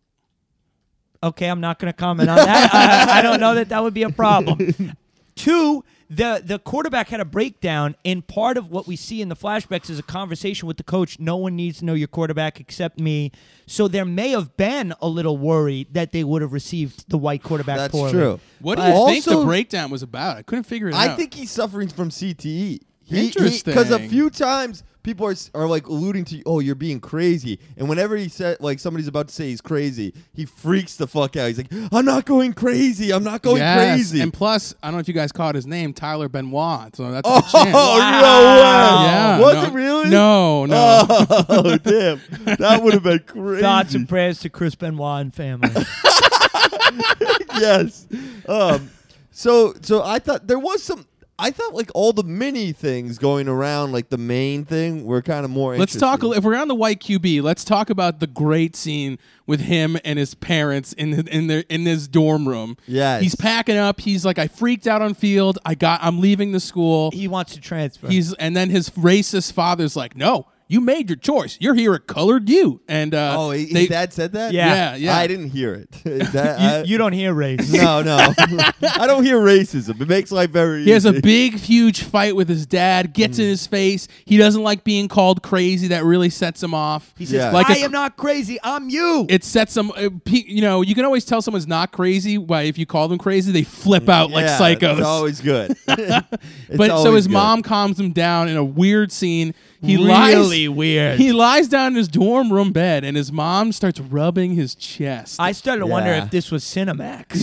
S1: okay, I'm not going to comment on that. I, I don't know that that would be a
S2: [laughs]
S1: problem. Two, the the quarterback had a breakdown, and part of what we see in the flashbacks is a conversation with the coach. No one needs to know your quarterback except me. So there may have been a little worry that they would have received the white quarterback.
S2: That's
S1: poorly.
S2: true.
S3: What do
S2: But
S3: you think the
S2: also-
S3: breakdown was about? I couldn't figure it out.
S2: I think he's suffering from E. CTE.
S3: Interesting.
S2: Because a few times people are, s- are like alluding to, oh, you're being crazy. And whenever he said, like, somebody's about to say he's crazy, he freaks the fuck out. He's like, I'm not going crazy. I'm not going
S3: Yes,
S2: crazy.
S3: And plus, I don't know if you guys caught his name, Tyler Benoit. So that's
S2: oh, [laughs]
S3: a chance.
S1: Wow.
S3: Yeah,
S2: no way. Was
S3: no,
S2: it really?
S3: No, no.
S2: [laughs] Oh, damn. That would have
S3: [laughs]
S2: been crazy.
S1: Thoughts and prayers to Chris Benoit and family.
S2: [laughs] yes. Um, so so I thought there was some. I thought like all the mini things going around, like the main thing, were kind of more.
S3: Let's talk.
S2: interesting.
S3: If we're on the white QB, let's talk about the great scene with him and his parents in in their in his dorm room.
S2: Yes.
S3: he's packing up. He's like, I freaked out on field. I got. I'm leaving the school.
S1: he wants to transfer.
S3: He's and then his racist father's like, No, you made your choice. You're here at colored you. And uh,
S2: Oh, he, he-
S3: they-
S2: dad said that.
S1: Yeah.
S3: yeah, [laughs] yeah.
S2: I didn't hear it. [laughs] That-
S1: you,
S2: I-
S1: you don't hear race.
S2: no, no. [laughs] I don't hear racism. It makes life very.
S3: He has a
S2: easy.
S3: big, huge fight with his dad. Gets
S2: Mm.
S3: in his face. He doesn't like being called crazy. That really sets him off.
S1: He says,
S2: Yeah.
S3: Like a-
S1: "I am not crazy. I'm you."
S3: It sets them. uh, pe- You know, you can always tell someone's not crazy by if you call them crazy, they flip out like
S2: Mm, Yeah,
S3: psychos.
S2: It's always
S3: [laughs]
S2: good. [laughs] It's
S3: but so
S2: always
S3: his
S2: good.
S3: mom calms him down in a weird scene. He
S1: Really
S3: lies.
S1: weird.
S3: He lies down in his dorm room bed, and his mom starts rubbing his chest.
S1: I started to wonder
S2: Yeah.
S1: if this was Cinemax.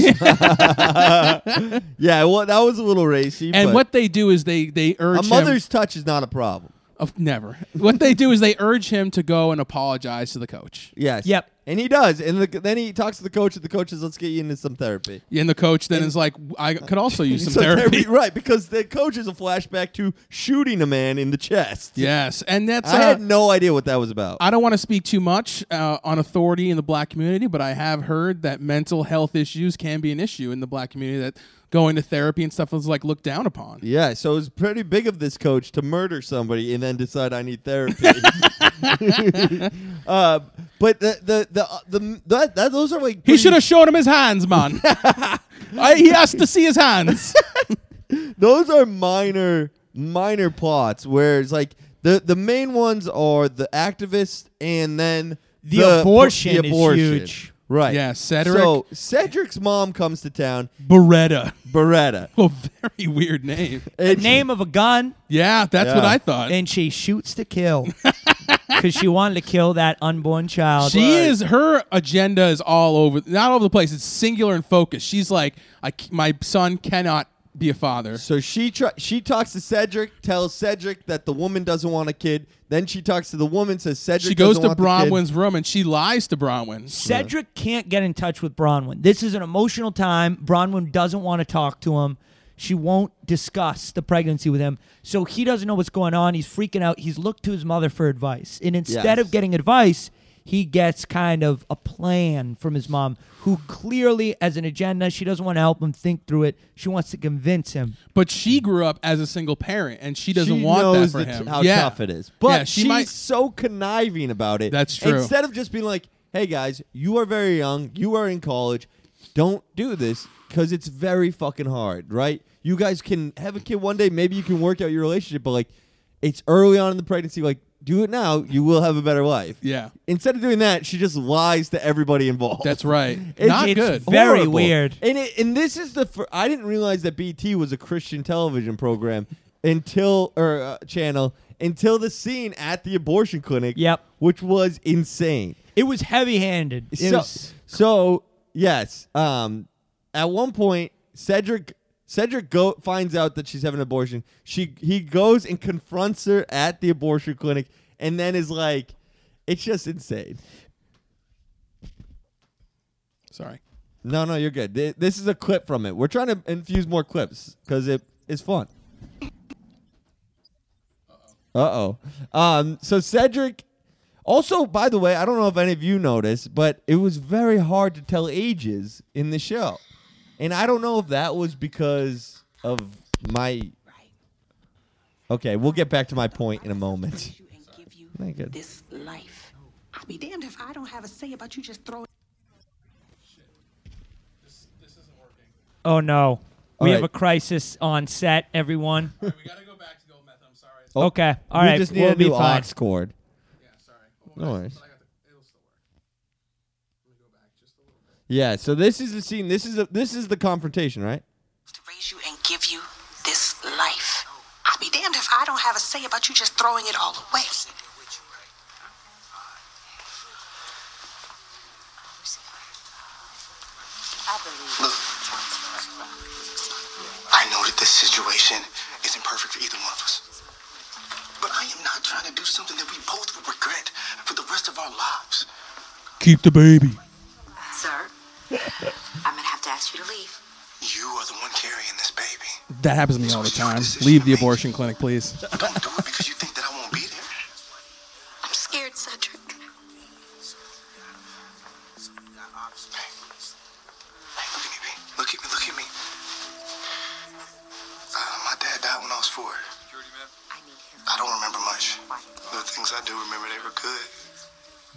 S2: [laughs] Yeah, well, that was a little racy.
S3: and
S2: but
S3: what they do is they they urge
S2: a
S3: him-
S2: mother's touch is not a problem.
S3: of never. What they do is they urge him to go and apologize to the coach.
S2: Yes.
S1: Yep.
S2: And he does. And the, then he talks to the coach, and the coach says, "Let's get you into some therapy."
S3: And the coach then is like, I could
S2: [laughs]
S3: also use some
S2: So
S3: [laughs] therapy.
S2: right? Because the coach is a flashback to shooting a man in the chest.
S3: Yes, and that's
S2: I
S3: uh,
S2: had no idea what that was about.
S3: I don't want to speak too much uh, on authority in the black community, but I have heard that mental health issues can be an issue in the black community. That going to therapy and stuff was like looked down upon.
S2: yeah, so it was pretty big of this coach to murder somebody and then decide I
S1: [laughs]
S2: need therapy. [laughs] uh, but the the the, uh, the that, that those are like
S3: He
S2: pretty-
S3: should have shown him his hands,
S2: [laughs]
S3: man. I, he has to see his hands.
S2: those are minor minor plots where it's like the the main ones are the activists and then
S1: The abortion is huge.
S2: Right.
S3: Yeah, Cedric-
S2: So Cedric's mom comes to town,
S3: Beretta, [laughs]
S2: Beretta.
S3: a very weird name.
S1: the
S2: And
S1: name of a gun,
S3: Yeah, that's
S2: Yeah.
S3: what I thought.
S1: and she shoots to kill because she wanted to kill that unborn child.
S3: She is her agenda is all over, not all over the place. It's singular and focused. She's like, I, c- my son cannot be a father.
S2: So she tr- she talks to Cedric, tells Cedric that the woman doesn't want a kid. Then she talks to the woman, says Cedric.
S3: She goes
S2: doesn't
S3: to
S2: want the kid.
S3: Bronwyn's room and she lies to Bronwyn.
S1: Cedric can't get in touch with Bronwyn. This is an emotional time. Bronwyn doesn't want to talk to him. She won't discuss the pregnancy with him. So he doesn't know what's going on. He's freaking out. He's looked to his mother for advice. And instead
S2: Yes.
S1: of getting advice, he gets kind of a plan from his mom, who clearly has an agenda. She doesn't want to help him think through it. She wants to convince him.
S3: But she grew up as a single parent, and she doesn't
S2: she
S3: want
S2: knows
S3: that for
S2: the t-
S3: him.
S2: how
S3: yeah.
S2: tough it is. But
S3: Yeah, she
S2: she's
S3: might-
S2: so conniving about it.
S3: That's true.
S2: Instead of just being like, "Hey guys, you are very young. You are in college. Don't do this because it's very fucking hard, right? You guys can have a kid one day. Maybe you can work out your relationship, but like, it's early on in the pregnancy. Like, do it now. You will have a better life."
S3: Yeah,
S2: Instead of doing that, she just lies to everybody involved.
S3: [laughs]
S2: [laughs]
S3: that's right.
S2: It's-
S3: Not
S1: it's
S3: good.
S1: ve- Very
S2: Horrible.
S1: weird.
S2: And it, and this is the fir- I didn't realize that BT was a Christian television program until or uh, channel until the scene at the abortion clinic.
S1: Yep.
S2: which was insane.
S1: It was heavy-handed. It
S2: so,
S1: was-
S2: so yes, um, at one point Cedric Cedric go, finds out that she's having an abortion. She he goes and confronts her at the abortion clinic, and then is like, it's just insane.
S3: Sorry.
S2: No, no, you're good. Th- This is a clip from it. We're trying to infuse more clips because it is fun. Uh oh. Um, so Cedric. Also, by the way, I don't know if any of you noticed, but it was very hard to tell ages in the show, and I don't know if that was because of my. Okay, we'll get back to my point in a moment.
S4: you and give you
S2: Thank you.
S4: this life. I'll be damned if I don't have a say about you just throwing.
S1: oh no, we
S2: All
S1: have
S2: right.
S1: a crisis on set, everyone.
S3: we gotta go back to gold meth. I'm sorry.
S2: Oh,
S1: okay, all
S2: we
S1: right,
S2: just need
S1: we'll
S2: a new
S1: be fine.
S2: aux cord.
S3: Yeah, sorry.
S2: No worries.
S3: it'll still work.
S2: Yeah. So this is the scene. This is a, this is the confrontation, right?
S4: to raise you and give you this life. I'll be damned if I don't have a say about you just throwing it all away.
S5: Look, I know that this situation isn't perfect for either one of us. But I am not trying to do something that we both will regret for the rest of our lives.
S3: Keep the baby.
S6: Sir, I'm gonna have to ask you to leave.
S5: You are the one carrying this baby.
S3: That happens to me all the time. Leave the abortion clinic, please.
S5: Don't do it because you think that I won't be there.
S4: I'm scared, Cedric.
S5: Hey, hey, look at me, babe. Look at me, look at me. Uh, my dad died when I was four.
S6: I need him.
S5: I don't remember much. The things I do remember, they were good.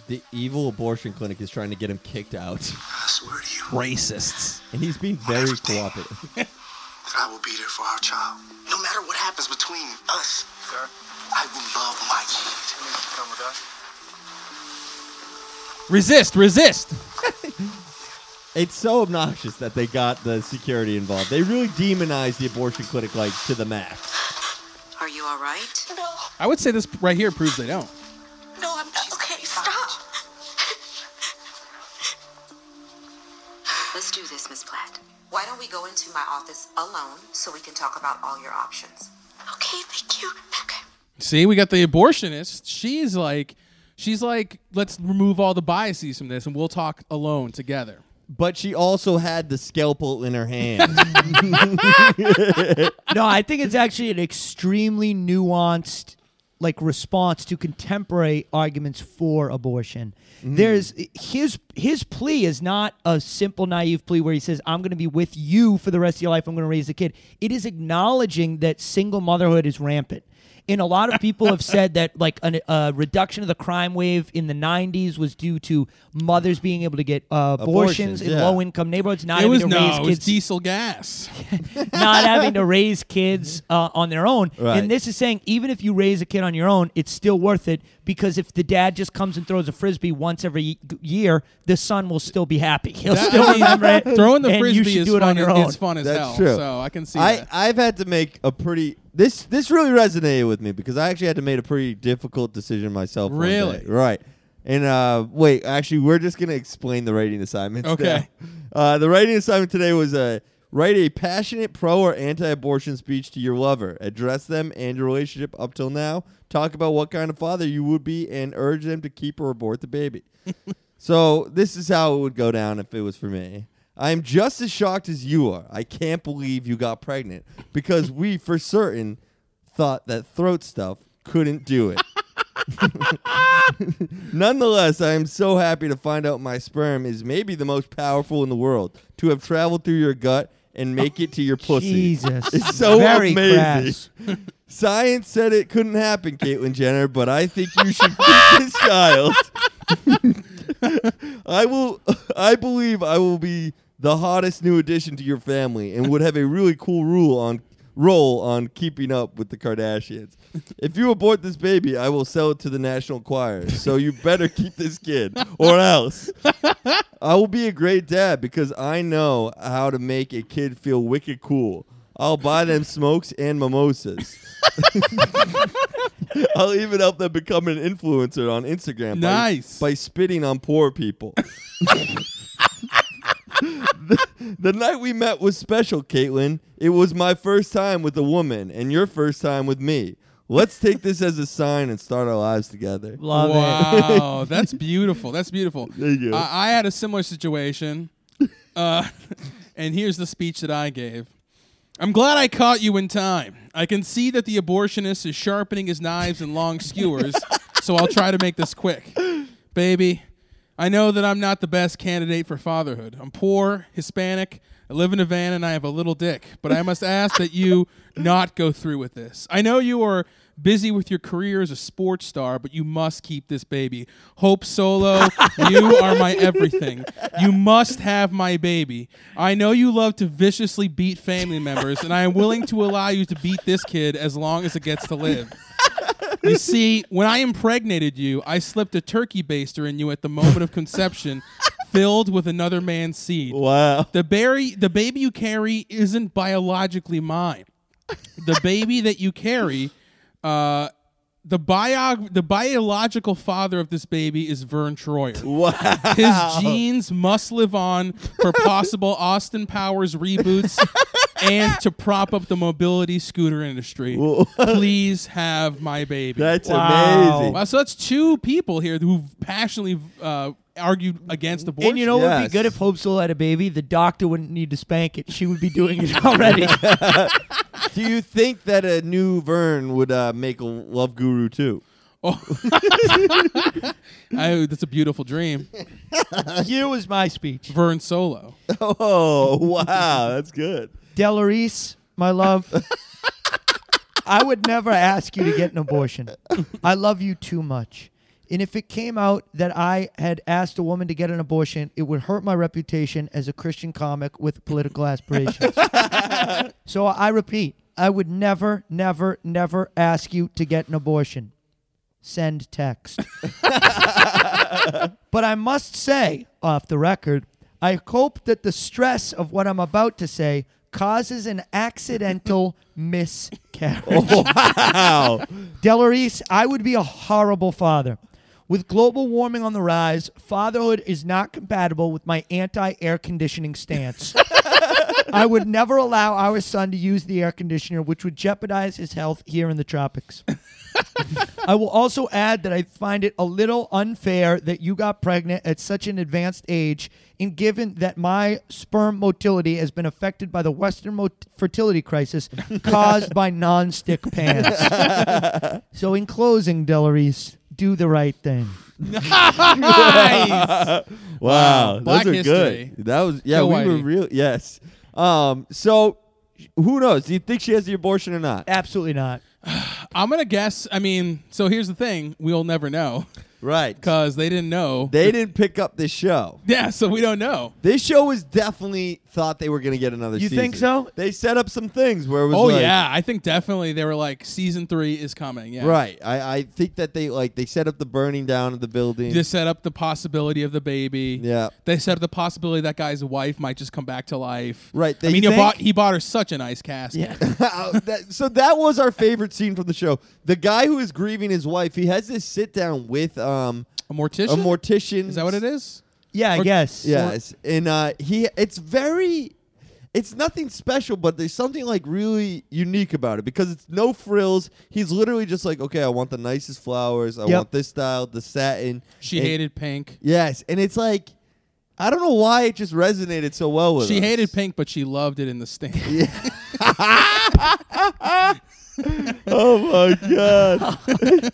S2: The evil abortion clinic is trying to get him kicked out, [laughs]
S5: I swear to you.
S3: Racists.
S2: and he's being very cooperative.
S5: that I will be there for our child. No matter what happens between us, sir, I will love my kid. Come with us.
S3: Resist. Resist.
S2: It's so obnoxious that they got the security involved. They really demonized the abortion clinic like to the max.
S6: Are you all right?
S4: No,
S3: I would say this right here proves they don't.
S4: no, I'm not. Okay, stop.
S6: Let's do this, Miss Platt. Why don't we go into my office alone so we can talk about all your options?
S4: Okay, thank you. Okay.
S3: See, we got the abortionist. She's like, she's like, let's remove all the biases from this, and we'll talk alone together.
S2: But she also had the scalpel in her hand. [laughs]
S1: No, I think it's actually an extremely nuanced like response to contemporary arguments for abortion. There's his his plea is not a simple naive plea where he says I'm going to be with you for the rest of your life I'm going to raise a kid. It is acknowledging that single motherhood is rampant. And a lot of people have said that like an, a reduction of the crime wave in the 90s was due to mothers being able to get uh, abortions,
S2: Abortions,
S1: in
S2: yeah.
S1: low income neighborhoods not
S3: It
S1: having
S3: was
S1: to
S3: no,
S1: raise
S3: it was
S1: kids [laughs]
S3: diesel gas. [laughs]
S1: not having to raise kids
S3: Mm-hmm.
S1: uh, on their own.
S2: Right.
S1: And this is saying even if you raise a kid on your own, it's still worth it because if the dad just comes and throws a frisbee once every y- year, the son will still be happy. [laughs] He'll
S3: [laughs] That-
S1: still remember it.
S3: Throwing the
S1: and
S3: frisbee
S1: you should
S3: is
S1: do it
S3: fun.
S1: on your
S3: as-
S1: own.
S3: It's fun as
S2: That's
S3: hell.
S2: true.
S3: So I can
S2: [laughs]
S3: see
S2: I,
S3: that.
S2: I've had to make a pretty this this really resonated with me because I actually had to make a pretty difficult decision myself. one day.
S3: Really?
S2: right? And uh, wait, actually, we're just gonna explain the writing assignments.
S3: Okay.
S2: now. [laughs] Uh, the writing assignment today was uh, write a passionate pro or anti-abortion speech to your lover. Address them and your relationship up till now. Talk about what kind of father you would be and urge them to keep or abort the
S3: [laughs]
S2: baby. So this is how it would go down if it was for me. I'm just as shocked as you are. I can't believe you got pregnant because we for certain thought that throat stuff couldn't do it. [laughs] Nonetheless, I am so happy to find out my sperm is maybe the most powerful in the world to have traveled through your gut and make it to your pussy.
S1: Jesus.
S2: It's so
S1: Very
S2: amazing. Science said it couldn't happen, Caitlyn Jenner, but I think you should keep this child. I will. I believe I will be the hottest new addition to your family, and would have a really cool rule on role on keeping up with the Kardashians. If you abort this baby, I will sell it to the national choir. So you better keep this kid, or else. I will be a great dad because I know how to make a kid feel wicked cool. I'll buy them smokes and mimosas. [laughs] I'll even help them become an influencer on Instagram by-
S3: Nice.
S2: by, spitting on poor people. the, the night we met was special, Caitlin. It was my first time with a woman and your first time with me. Let's take this as a sign and start our lives together.
S1: Love it.
S3: wow, that's beautiful. That's beautiful.
S2: [laughs] Thank you.
S3: I, I had a
S2: [laughs]
S3: similar situation, uh, and here's the speech that I gave. I'm glad I caught you in time. I can see that the abortionist is sharpening his knives and long
S2: [laughs]
S3: skewers, so I'll try to make this quick. Baby, I know that I'm not the best candidate for fatherhood. I'm poor, Hispanic, I live in a van, and I have a little dick, but I must ask that you not go through with this. I know you are busy with your career as a sports star, but you must keep this baby. Hope Solo, you are my everything. You must have my baby. I know you love to viciously beat family members, and I am willing to allow you to beat this kid as long as it gets to live. You see, when I impregnated you, I slipped a turkey baster in you at the moment of conception, filled with another man's seed.
S2: Wow.
S3: The berry, the baby you carry isn't biologically mine. The baby that you carry, uh, the bio, the biological father of this baby is Vern Troyer.
S2: Wow.
S3: His genes must live on for possible Austin Powers reboots and to prop up the mobility scooter industry. Please have my baby.
S2: That's
S1: Wow.
S2: amazing.
S3: Wow, so that's two people here who passionately uh, argued against abortion.
S1: And you know what would
S2: Yes.
S1: be good if Hope Solo had a baby? The doctor wouldn't need to spank it. She would be doing it [laughs]
S2: [laughs]
S1: already.
S2: Do you think that a new Vern would uh, make a love guru too?
S3: I, that's a
S2: [laughs]
S3: beautiful dream.
S1: Here was my speech.
S3: Vern Solo.
S2: [laughs] Oh, wow, that's good.
S1: Delarice, my love, I would never ask you to get an abortion. I love you too much. And if it came out that I had asked a woman to get an abortion, it would hurt my reputation as a Christian comic with political aspirations. so I repeat, I would never, never, never ask you to get an abortion. Send text. But I must say, off the record, I hope that the stress of what I'm about to say causes an accidental miscarriage.
S2: [laughs] Wow.
S1: Delarice, I would be a horrible father. With global warming on the rise, fatherhood is not compatible with my anti air conditioning stance. I would never allow our son to use the air conditioner, which would jeopardize his health here in the tropics. I will also add that I find it a little unfair that you got pregnant at such an advanced age, and given that my sperm motility has been affected by the Western mot- fertility crisis caused by non-stick pans. So, in closing, Delarice, do the right thing.
S3: Nice.
S2: Wow. Those
S3: Black
S2: are
S3: history.
S2: good. That was yeah,
S3: Go
S2: we were
S3: Whitey.
S2: real yes. Um, so who knows? Do you think she has the abortion or not?
S1: Absolutely not.
S3: I'm gonna guess. I mean, so here's the thing: we'll never know
S2: Right.
S3: because they didn't know.
S2: They didn't pick up this show.
S3: yeah, so we don't know.
S2: This show was definitely thought they were gonna get another
S1: You
S2: season.
S1: think so?
S2: They set up some things where it was
S3: Oh
S2: like,
S3: yeah, I think definitely they were like, season three is coming. Yeah,
S2: Right. I, I think that they like they set up the burning down of the building.
S3: They set up the possibility of the baby.
S2: Yeah.
S3: They set up the possibility that guy's wife might just come back to life.
S2: Right,
S3: I
S2: they
S3: mean,
S2: think-
S3: he bought he bought her such a nice casket.
S2: Uh, [laughs] that- so that was our favorite scene from the show. The guy who is grieving his wife, he has this sit down with um
S3: A mortician.
S2: a mortician.
S3: Is that what it is?
S1: Yeah, I
S3: Or-
S1: guess.
S2: Yes, and uh, he it's very, it's nothing special, but there's something like really unique about it because it's no frills. He's literally just like, okay, I want the nicest flowers. I
S1: Yep.
S2: want this style, the satin.
S3: She
S2: And-
S3: hated pink.
S2: Yes, and it's like, I don't know why it just resonated so well with.
S3: She
S2: us.
S3: hated pink, but she loved it in the stand.
S2: Oh my god.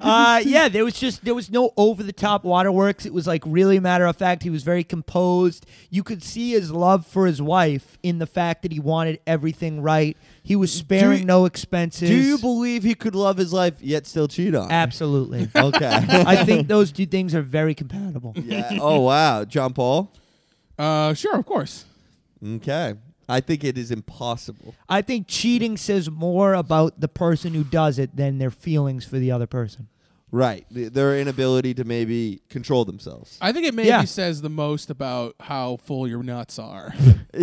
S1: Uh, yeah, there was just there was no over the top waterworks. It was like really matter of fact. He was very composed. You could see his love for his wife in the fact that he wanted everything right. He was sparing
S2: you-
S1: no expenses.
S2: Do you believe he could love his life yet still cheat on? her?
S1: Absolutely.
S3: [laughs]
S2: Okay.
S1: I think those two things are very compatible.
S2: yeah. Oh wow, John Paul.
S3: Uh, sure, of course.
S2: Okay. I think it is impossible.
S1: I think cheating says more about the person who does it than their feelings for the other person.
S2: Right. Th- Their inability to maybe control themselves.
S3: I think it maybe
S1: Yeah.
S3: says the most about how full your nuts are.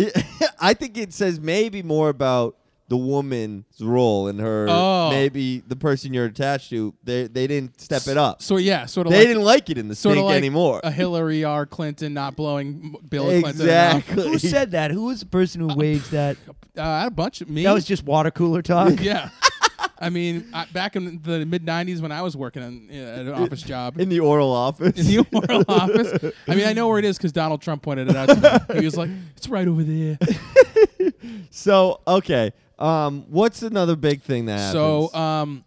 S2: [laughs] I think it says maybe more about the woman's role and her
S3: Oh.
S2: maybe the person you're attached to. They they didn't step it up.
S3: so yeah, sort of
S2: they
S3: like
S2: didn't like it in the
S3: sort
S2: sink
S3: of like
S2: anymore.
S3: a Hillary R. Clinton not blowing M- Bill Clinton. enough.
S2: exactly.
S1: Who said that? Who was the person who waged that?
S3: Uh, I had a bunch of me.
S1: That was just water cooler talk.
S3: [laughs] yeah. I mean, I, back in the mid '90s when I was working in, yeah, at an office
S2: [laughs]
S3: job
S2: in the oral office.
S3: in the [laughs] Oral Office. I mean, I know where it is because Donald Trump pointed it out. To me. He was like, "It's right over there."
S2: [laughs] so okay, um, what's another big thing that happens?
S3: So, um,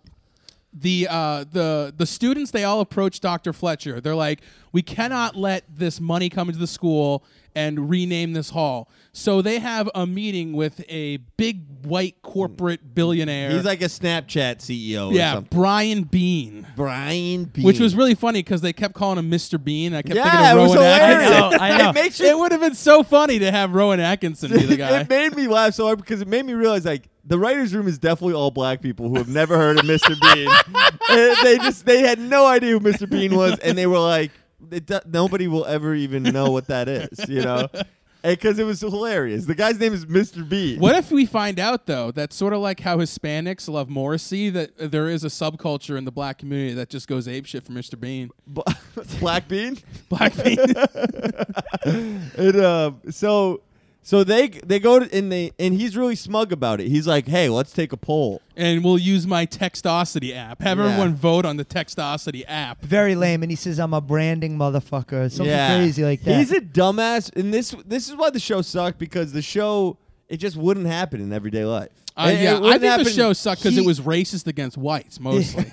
S3: the uh, the the students they all approach Dr. Fletcher. They're like, "We cannot let this money come into the school and rename this hall." So they have a meeting with a big white corporate billionaire.
S2: Hmm. he's like a Snapchat CEO. or
S3: uh, "Yeah,
S2: something.
S3: Brian Bean."
S2: Brian Bean,
S3: Which was really funny because they kept calling him Mr. Bean. I kept
S2: yeah,
S3: thinking
S2: it
S3: of
S2: was
S3: Rowan
S2: hilarious.
S1: [laughs]
S3: Atkinson.
S1: I know.
S2: It makes
S3: It
S2: you.
S3: would have been so funny to have Rowan Atkinson be the
S2: [laughs]
S3: guy.
S2: It made me laugh so hard because it made me realize like the writers' room is definitely all black people who have never heard of
S3: [laughs]
S2: Mr. Bean. And they just they had no idea who Mr. Bean was, and they were like, it do- nobody will ever even know what that is, you know. Because it was hilarious. The guy's name is Mr. Bean.
S3: What if we find out though that sort of like how Hispanics love Morrissey, that there is a subculture in the black community that just goes apeshit for Mr. Bean,
S2: B- [laughs] Black Bean?
S3: Black
S2: [laughs]
S3: Bean.
S2: And um, so, so they they go to, and they and he's really smug about it. He's like, "Hey, let's take a poll."
S3: and we'll use my Textosity app. Have
S2: Yeah.
S3: everyone vote on the Textosity app.
S1: Very lame. And he says, I'm a branding motherfucker. or Something crazy like that.
S2: He's a dumbass, and this this is why the show sucked because the show it just wouldn't happen in everyday life.
S3: Uh,
S2: It- it
S3: yeah, I
S2: wouldn't
S3: think the
S2: happen-
S3: show sucked because it
S2: He- Oh,
S3: was racist
S2: [laughs]
S3: against whites mostly.
S1: [laughs]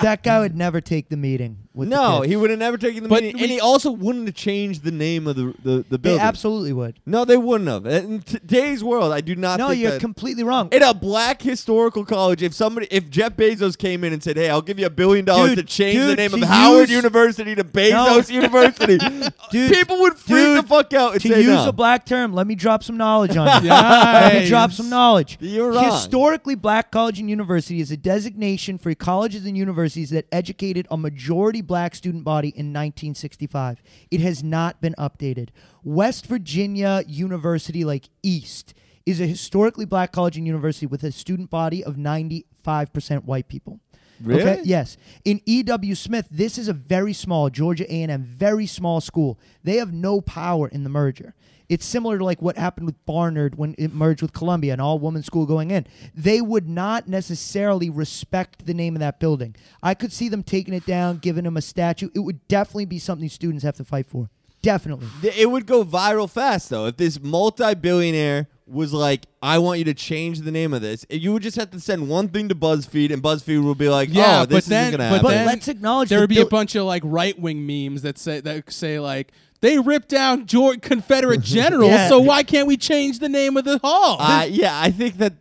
S1: that guy would never take the meeting. With the
S2: No,
S1: kids.
S2: he would have never taken the
S3: But
S2: meeting,
S3: we-
S2: and he also wouldn't have changed the name of the the, the
S1: They
S2: building.
S1: absolutely would.
S2: no, they wouldn't have. In today's world, I do not.
S1: No,
S2: think
S1: you're
S2: that-
S1: completely wrong.
S2: in a black historical college, if somebody, if Jeff Bezos came in and said, "Hey, I'll give you a billion dollars
S1: Dude,
S2: to change the
S1: dude,
S2: name of
S1: to
S2: Howard
S1: use-
S2: University to Bezos
S1: No.
S2: University,"
S1: [laughs] Dude,
S2: people would freak the
S1: dude,
S2: fuck out and
S1: to
S2: say
S1: use
S2: uh, no.
S1: a black term, let me drop some knowledge
S2: [laughs]
S1: on you. Let me drop some knowledge.
S2: You're wrong.
S1: Historically, black college and university is a designation for colleges and universities that educated a majority black student body in 1965. It has not been updated. West Virginia University, like East, is a historically black college and university with a student body of 95% white people.
S2: Really?
S1: Yes. In E.W. Smith, this is a very small Georgia A&M, very small school. They have no power in the merger. It's similar to like what happened with Barnard when it merged with Columbia, an all-woman school going in. They would not necessarily respect the name of that building. I could see them taking it down, giving them a statue. It would definitely be something students have to fight for. Definitely.
S2: Th- It would go viral fast though. If this multi-billionaire was like, "I want you to change the name of this," you would just have to send one thing to BuzzFeed, and BuzzFeed would be like,
S3: Yeah,
S2: "Oh,
S3: but
S2: this
S3: then,
S2: isn't gonna
S3: but
S2: happen."
S3: then
S1: let's acknowledge
S3: there
S1: the
S3: would be a
S1: Bill-
S3: bunch of like right wing memes that say that say like they ripped down
S2: [laughs]
S3: George Confederate generals,
S1: Yeah.
S3: so why can't we change the name of the hall?
S2: I- yeah, I think that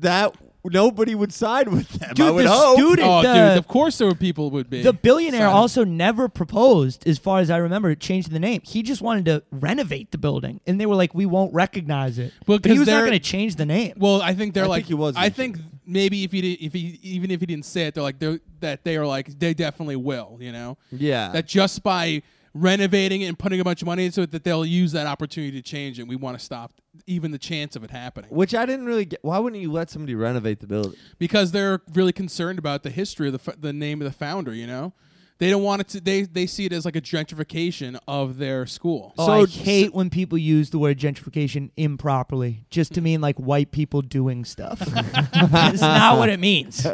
S2: that nobody would side with them. I
S1: Dude,
S2: would
S1: the
S2: hope.
S1: student-
S3: oh,
S1: the-
S3: dude, of course there were people would be
S1: The billionaire
S3: Silent.
S1: also never proposed, as far as I remember, changing the name. He just wanted to renovate the building, and they were like, "We won't recognize it."
S3: Well,
S1: but he
S3: 'cause
S1: was not
S3: they're-
S1: going to change the name.
S3: Well, I think they're
S2: I
S3: like
S2: think he was
S3: I
S2: Asian.
S3: think maybe if he did, if he even if he didn't say it, they're like they're that they are like they definitely will. You know.
S2: Yeah.
S3: That just by renovating it and putting a bunch of money into it, that they'll use that opportunity to change it. We want to stop even the chance of it happening.
S2: Which I didn't really get. Why wouldn't you let somebody renovate the building?
S3: because they're really concerned about the history of the f- the name of the founder. You know, they don't want it to. They they see it as like a gentrification of their school.
S1: Oh, I
S2: so-
S1: hate when people use the word gentrification improperly, just to
S2: Mm.
S1: mean like white people doing
S2: [laughs]
S1: stuff. [laughs] it's not what it means.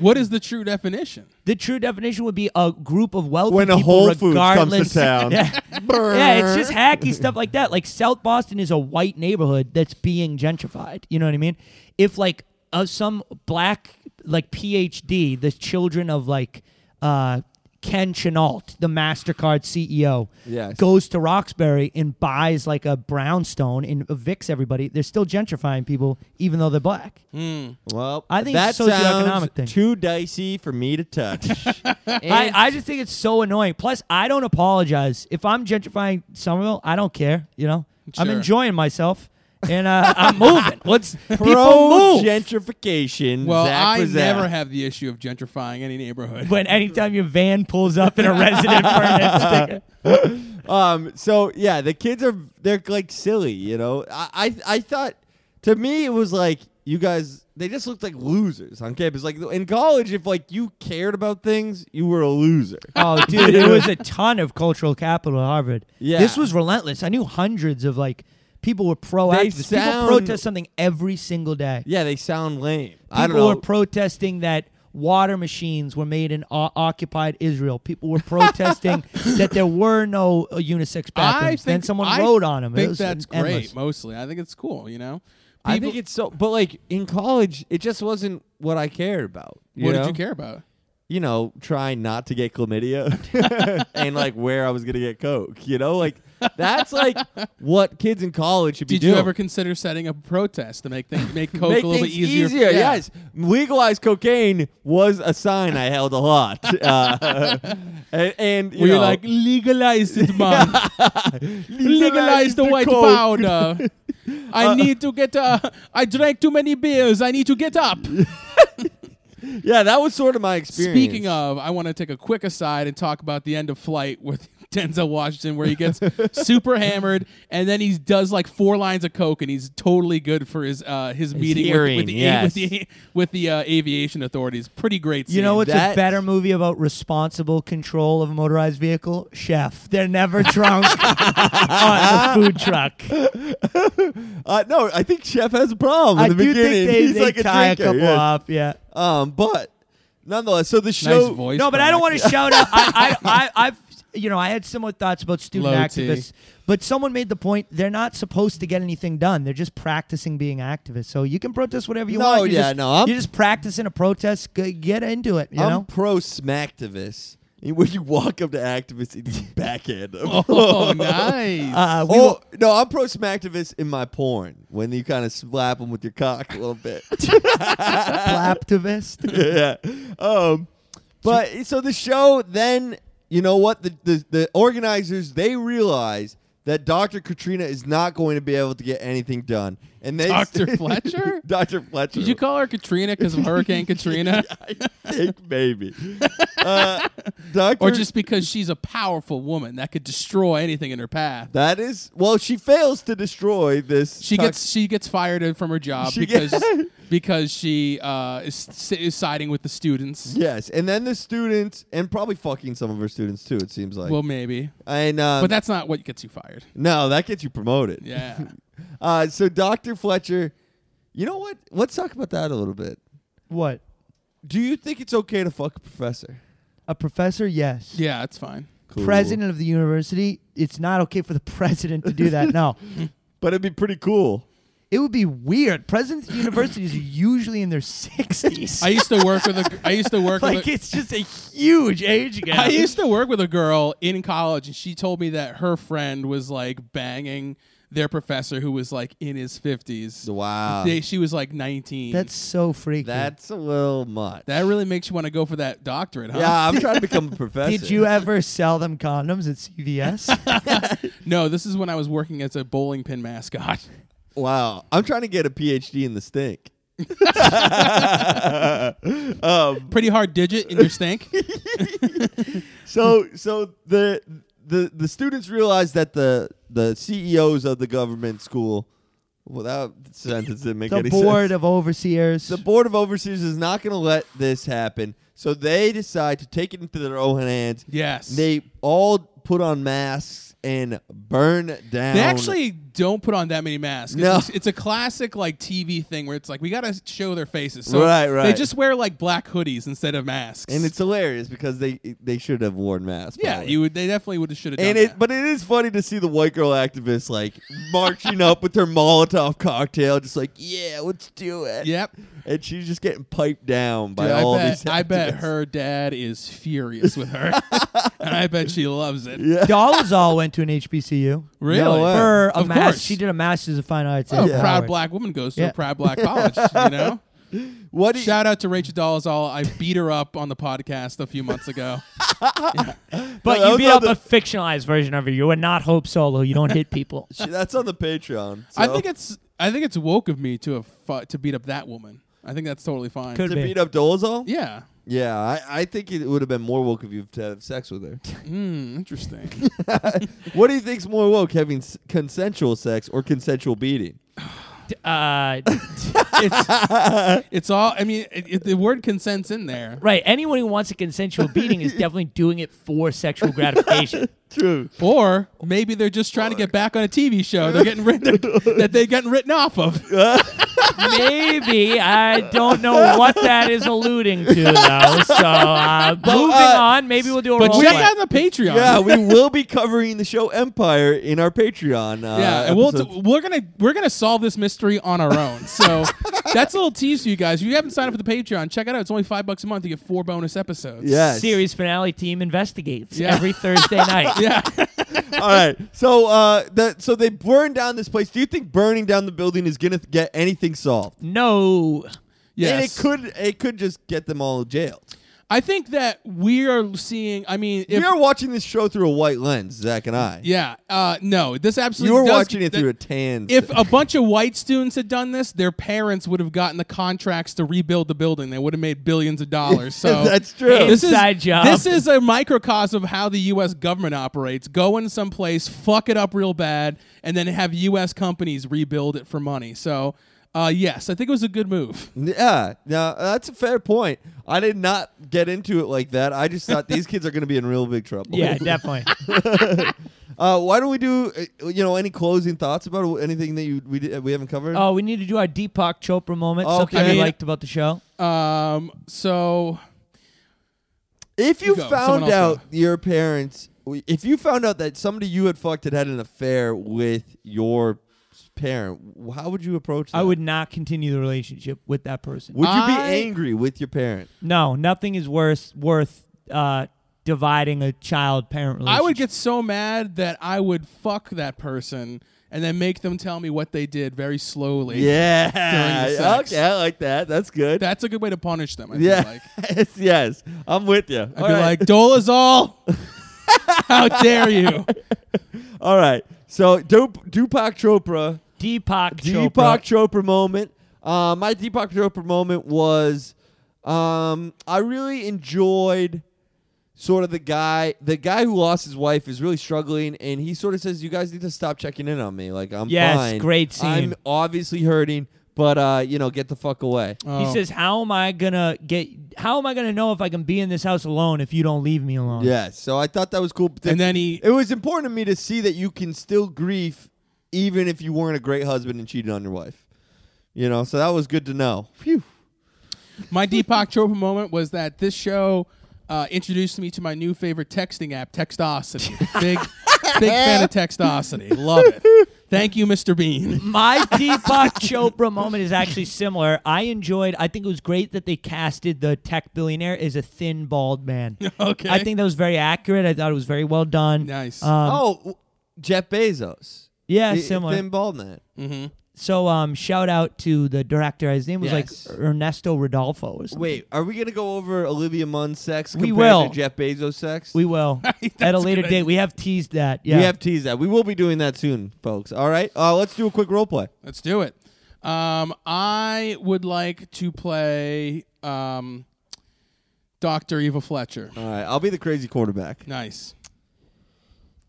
S3: What is the true definition?
S1: The true definition would be a group of wealthy
S2: When a
S1: people,
S2: Whole Foods comes
S1: regardless.
S2: to
S1: [laughs]
S2: town.
S1: yeah. Yeah, it's just hacky stuff like that. Like South Boston is a white neighborhood that's being gentrified. You know what I mean? If like uh, some black like PhD, the children of like uh, Ken Chenault, the Mastercard CEO,
S2: Yes.
S1: goes to Roxbury and buys like a brownstone and evicts everybody. They're still gentrifying people, even though they're black.
S2: Well,
S1: I think
S2: that
S1: it's a socioeconomic
S2: sounds
S1: thing.
S2: too dicey for me
S1: [laughs]
S2: to touch.
S1: I, I just think it's so annoying. Plus, I don't apologize if I'm gentrifying Somerville. I don't care. You know, I'm
S3: Sure.
S1: enjoying myself. And uh, I'm moving. Let's people
S2: Pro
S1: move.
S2: gentrification.
S3: Well,
S2: Zach
S3: I
S2: was
S3: never
S2: out.
S3: have the issue of gentrifying any [laughs] neighborhood.
S1: when anytime your van pulls up in a resident permit sticker.
S2: Um. So yeah, the kids are they're like silly. You know, I I, I thought to me it was like you guys they just looked like losers on campus. Like in college, if like you cared about things, you were a loser. [laughs]
S1: Oh, dude, it was a ton of cultural capital at Harvard.
S2: Yeah.
S1: This was relentless. I knew hundreds of like people were pro activists. People
S2: sound-
S1: protest something every single day.
S2: Yeah, they sound lame. I don't
S1: People
S2: know.
S1: were protesting that water machines were made in o- occupied Israel. People were
S2: [laughs]
S1: protesting that there were no uh, unisex
S3: I
S1: bathrooms.
S3: think
S1: Then someone
S3: I
S1: wrote on them.
S3: Think
S1: it was
S3: that's great.
S1: endless.
S3: Mostly, I think it's cool. You know,
S2: I
S3: People-
S2: think it's so, but like in college, it just wasn't what I cared about.
S3: what
S2: know?
S3: did you care about?
S2: you know, trying not to get
S3: [laughs]
S2: chlamydia and like where I was gonna get coke. You know, like that's
S3: [laughs]
S2: like what kids in college should be
S3: Did
S2: doing.
S3: you ever consider setting up a protest to make things make coke
S2: make
S3: a little
S2: things
S3: bit easier?
S2: easier?
S3: Yeah.
S2: Yes, legalized cocaine was a sign I held a lot,
S3: [laughs]
S2: uh, and, and you
S3: Were you
S2: know,
S3: like legalize it, man? legalize the white
S2: coke.
S3: powder. I need to get. Uh, I drank too many beers. I need to get up.
S2: Yeah, that was sort of my experience.
S3: Speaking of, I want to take a quick aside and talk about the end of Flight with [laughs] Denzel Washington, where
S2: [laughs]
S3: he gets super hammered, and then he does like four lines of coke, and he's totally good for his uh, his, meeting with-
S2: hearing,
S3: with, the,
S2: yes.
S3: with the with the uh, aviation authorities. Pretty great. Scene.
S1: You know
S2: [laughs]
S1: what's
S2: That-
S1: a better movie about responsible control of a motorized vehicle? Chef. They're
S2: [laughs]
S1: never drunk on the food truck.
S2: uh, no, I think Chef has a problem.
S1: I
S2: in the
S1: do
S2: beginning.
S1: think they,
S2: He's
S1: they
S2: like
S1: tie a,
S2: a drinker.
S1: couple
S2: yes.
S1: off. Yeah.
S2: Um, but nonetheless, so the
S3: nice
S2: show.
S3: voice?
S1: No, but I don't
S3: crack.
S1: want to shout out. I, I,
S3: [laughs]
S1: I, I've, you know, I had similar thoughts about student
S3: Low T.
S1: activists, but someone made the point they're not supposed to get anything done. They're just practicing being activists. So you can protest whatever you
S2: No,
S1: want. You're
S2: yeah,
S1: just,
S2: no, I'm-
S1: you're just practicing a protest. G- Get into it. You
S2: I'm
S1: know.
S2: pro smacktivist. When you walk up to activists and you [laughs] backhand them.
S3: [laughs]
S2: [laughs]
S3: Oh, nice.
S1: Uh, we
S2: Oh, no, I'm pro smacktivist in my porn when you kind of slap them with your cock a little
S3: [laughs]
S2: bit.
S3: uh,
S1: activist.
S2: yeah. Um, but so the show then, you know what? The, the, the organizers, they realize that Dr. Katrina is not going to be able to get anything done. And they [laughs]
S3: Dr. Fletcher?
S2: Dr. Fletcher.
S3: Did you call her Katrina because
S2: [laughs]
S3: of Hurricane Katrina,
S2: I think
S3: [laughs]
S2: maybe. uh, Dr.
S3: or just because she's a powerful woman that could destroy anything in her path?
S2: That is well. She fails to destroy this.
S3: She
S2: tux-
S3: gets she gets fired from her job
S2: She
S3: because
S2: get-
S3: because she uh, is, si- is siding with the students.
S2: yes, and then the students, and probably fucking some of her students too. It seems like.
S3: Well, maybe,
S2: and um,
S3: but that's not what gets you fired.
S2: no, that gets you promoted.
S3: Yeah,
S2: Uh, so Doctor Fletcher, you know what? Let's talk about that a little bit.
S1: What?
S2: Do you think it's okay to fuck a professor?
S1: A professor? Yes.
S3: [laughs] yeah, it's fine.
S2: Cool.
S1: President of the university. It's not okay for the [laughs] president to do that.
S3: [laughs]
S1: No.
S2: but it'd be pretty cool.
S1: It would be weird. Presidents of universities are usually in their sixties.
S3: I used to work with a I used to work
S1: [laughs] Like
S2: [laughs]
S3: with a,
S1: it's just a huge age gap.
S3: I used to work with a girl in college, and she told me that her friend was like banging their professor who was like in his fifties.
S2: Wow,
S3: They, she was like nineteen.
S1: That's so freaky.
S2: [laughs] that's a little much.
S3: that really makes you want to go for that doctorate, huh?
S2: yeah, I'm trying
S1: [laughs]
S2: to become a professor.
S1: Did you ever sell them condoms at CVS?
S3: No, this is when I was working as a bowling pin mascot. [laughs]
S2: Wow, I'm trying to get a PhD in the stink. um,
S3: Pretty hard digit in
S2: [laughs]
S3: your stink.
S2: so
S1: Hmm.
S2: so the the the students realize that the the CEOs of the government school well that sentence didn't make
S1: the
S2: any
S1: board
S2: sense.
S1: of overseers.
S2: the board of overseers is not going to let this happen. So they decide to take it into their own hands.
S3: Yes.
S2: They all put on masks and burn down.
S3: They actually don't put on that many masks.
S2: No.
S3: It's, it's a classic like TV thing where it's like we gotta show their faces. So
S2: Right,
S3: They
S2: right.
S3: just wear like black hoodies instead of masks.
S2: and it's hilarious because they they should have worn masks.
S3: yeah,
S2: probably.
S3: you would. They definitely would have should have done
S2: And it,
S3: that.
S2: but it is funny to see the white girl activists like marching up with her Molotov cocktail, just like yeah, let's do
S1: [laughs]
S2: it.
S3: yep.
S2: And she's just getting piped down by
S3: Dude, I
S2: all
S3: bet,
S2: these.
S3: I bet
S2: activists.
S3: her dad is furious with her,
S2: [laughs]
S3: and I bet she loves it.
S2: Yeah.
S1: Dolezal went to an HBCU.
S3: Really?
S2: No way.
S1: For a
S3: Uh, Of
S1: mas-
S3: course.
S1: She did a master's of fine arts.
S3: Oh,
S1: at
S3: proud
S1: Howard.
S3: black woman goes to
S1: Yeah.
S3: a proud black college.
S2: [laughs]
S3: You know.
S2: What do you,
S3: Shout out to Rachel Dolezal. I beat her up on the podcast a few months ago.
S2: No, that
S1: But you
S2: was
S1: beat
S2: not
S1: up
S2: the-
S1: a fictionalized version of her. You are not Hope Solo. You don't hit people.
S2: [laughs] that's on the Patreon.
S3: I
S2: so-
S3: think it's I think it's woke of me to have fu- to beat up that woman. I think that's totally fine.
S1: Could
S2: to
S1: be.
S2: beat up Dolezal.
S3: yeah.
S2: Yeah, I, I think it would have been more woke of you to have sex with her.
S3: Hmm, interesting.
S2: [laughs] what do you think's more woke, having s- consensual sex or consensual beating?
S1: Uh,
S3: it's, it's all. I mean, it, it- the word consents in there,
S1: right. Anyone who wants a consensual beating is definitely doing it for sexual gratification.
S2: True.
S3: or maybe they're just trying to get back on a TV show. They're
S2: [laughs]
S3: getting written that they're getting written off of.
S1: Maybe I don't know what that is alluding to though. So uh, moving on, maybe we'll do a
S3: But
S1: role
S3: check
S1: play.
S3: out the Patreon.
S2: Yeah,
S3: [laughs]
S2: we will be covering the show Empire in our Patreon. Uh,
S3: Yeah, and we'll
S2: episodes.
S3: t- we're gonna we're gonna solve this mystery on our own.
S2: [laughs]
S3: So that's a little tease to you guys. If you haven't signed up for the Patreon, check it out. It's only five bucks a month. You get four bonus episodes.
S2: Yes.
S1: series finale team investigates
S3: Yeah.
S1: every Thursday
S3: [laughs]
S1: night.
S2: [laughs]
S3: Yeah.
S2: All right. So uh, the, so they burn down this place. Do you think burning down the building is gonna th- get anything solved?
S1: No.
S2: And
S3: Yes.
S2: it could it could just get them all jailed.
S3: I think that we are seeing. I mean, if,
S2: we are watching this show through a white lens, Zach and I.
S3: yeah, uh, no, this absolutely.
S2: you were
S3: does-
S2: watching it
S3: that-
S2: through a tan.
S3: If a bunch of white students had done this, their parents would have gotten the contracts to rebuild the building. They would have made billions
S2: [laughs]
S3: of dollars. [laughs] So
S2: That's true.
S3: This
S1: Inside
S3: is
S1: job.
S3: this is a microcosm of how the U.S. government operates. Go in someplace, fuck it up real bad, and then have U.S. companies rebuild it for money. So. Uh, yes, I think it was a good move.
S2: Yeah, no, that's a fair point. I did not get into it like that. I just thought these kids are going to be in real big trouble.
S1: Yeah, definitely.
S2: Uh, why don't we do? uh, You know, any closing thoughts about it? anything that you we did, we haven't covered?
S1: Oh, we need to do our Deepak Chopra moment. Something
S3: Okay.
S1: we liked about the show.
S3: Um, so
S2: if you
S3: you go. Someone
S2: found
S3: else
S2: out
S3: go.
S2: your parents, if you found out that somebody you had fucked had had an affair with your parent, how would you approach? That?
S1: I would not continue the relationship with that person.
S2: Would you be
S3: I-
S2: angry with your parent?
S1: No, nothing is worse worth uh, dividing a child parent relationship.
S3: I would get so mad that I would fuck that person and then make them tell me what they did very slowly. During the
S2: Yeah.
S3: sex.
S2: Okay, I like that. That's good.
S3: That's a good way to punish them. I
S2: yeah.
S3: feel
S2: [laughs]
S3: like.
S2: yes, yes. I'm with you.
S3: I'd be like, Dolezal, how dare you?
S2: All right. So Dup- Dupac Chopra,
S1: Deepak Chopra.
S2: Deepak Chopra moment. Uh, my Deepak Chopra moment was um, I really enjoyed sort of the guy the guy who lost his wife is really struggling and he sort of says you guys need to stop checking in on me like I'm
S1: Yes,
S2: fine.
S1: great scene.
S2: I'm obviously hurting but uh you know get the fuck away.
S1: He
S3: Oh.
S1: says, "How am I gonna get? How am I gonna know if I can be in this house alone if you don't leave me alone?"
S2: Yeah, so I thought that was cool. But
S3: And then he-
S2: it was important to me to see that you can still grieve, even if you weren't a great husband and cheated on your wife. You know, so that was good to know. Phew.
S3: My Deepak Chopra moment was that this show uh, introduced me to my new favorite texting app, Textosity. Big, big fan of Textosity. Love it. Thank you, Mr. Bean.
S1: [laughs] My Deepak [laughs] Chopra moment is actually similar. I enjoyed. I think it was great that they casted the tech billionaire as a thin, bald man.
S3: [laughs] Okay.
S1: I think that was very accurate. I thought it was very well done.
S3: Nice.
S1: Um,
S2: oh, w- Jeff Bezos.
S1: yeah,
S2: I-
S1: similar. Mm-hmm.
S2: Thin bald man.
S1: So, um, shout out to the director. His name was
S2: Yes.
S1: like Ernesto Rodolfo. Or something.
S2: Wait, are we gonna go over Olivia Munn's sex
S1: We
S2: compared
S1: will.
S2: to Jeff Bezos' sex?
S1: we
S3: [laughs]
S1: will at a later date. We have teased that. Yeah,
S2: We have teased that. We will be doing that soon, folks. All right, uh, let's do a quick role play.
S3: Let's do it. Um, I would like to play um, Dr. Eva Fletcher.
S2: All right, I'll be the crazy quarterback.
S3: Nice.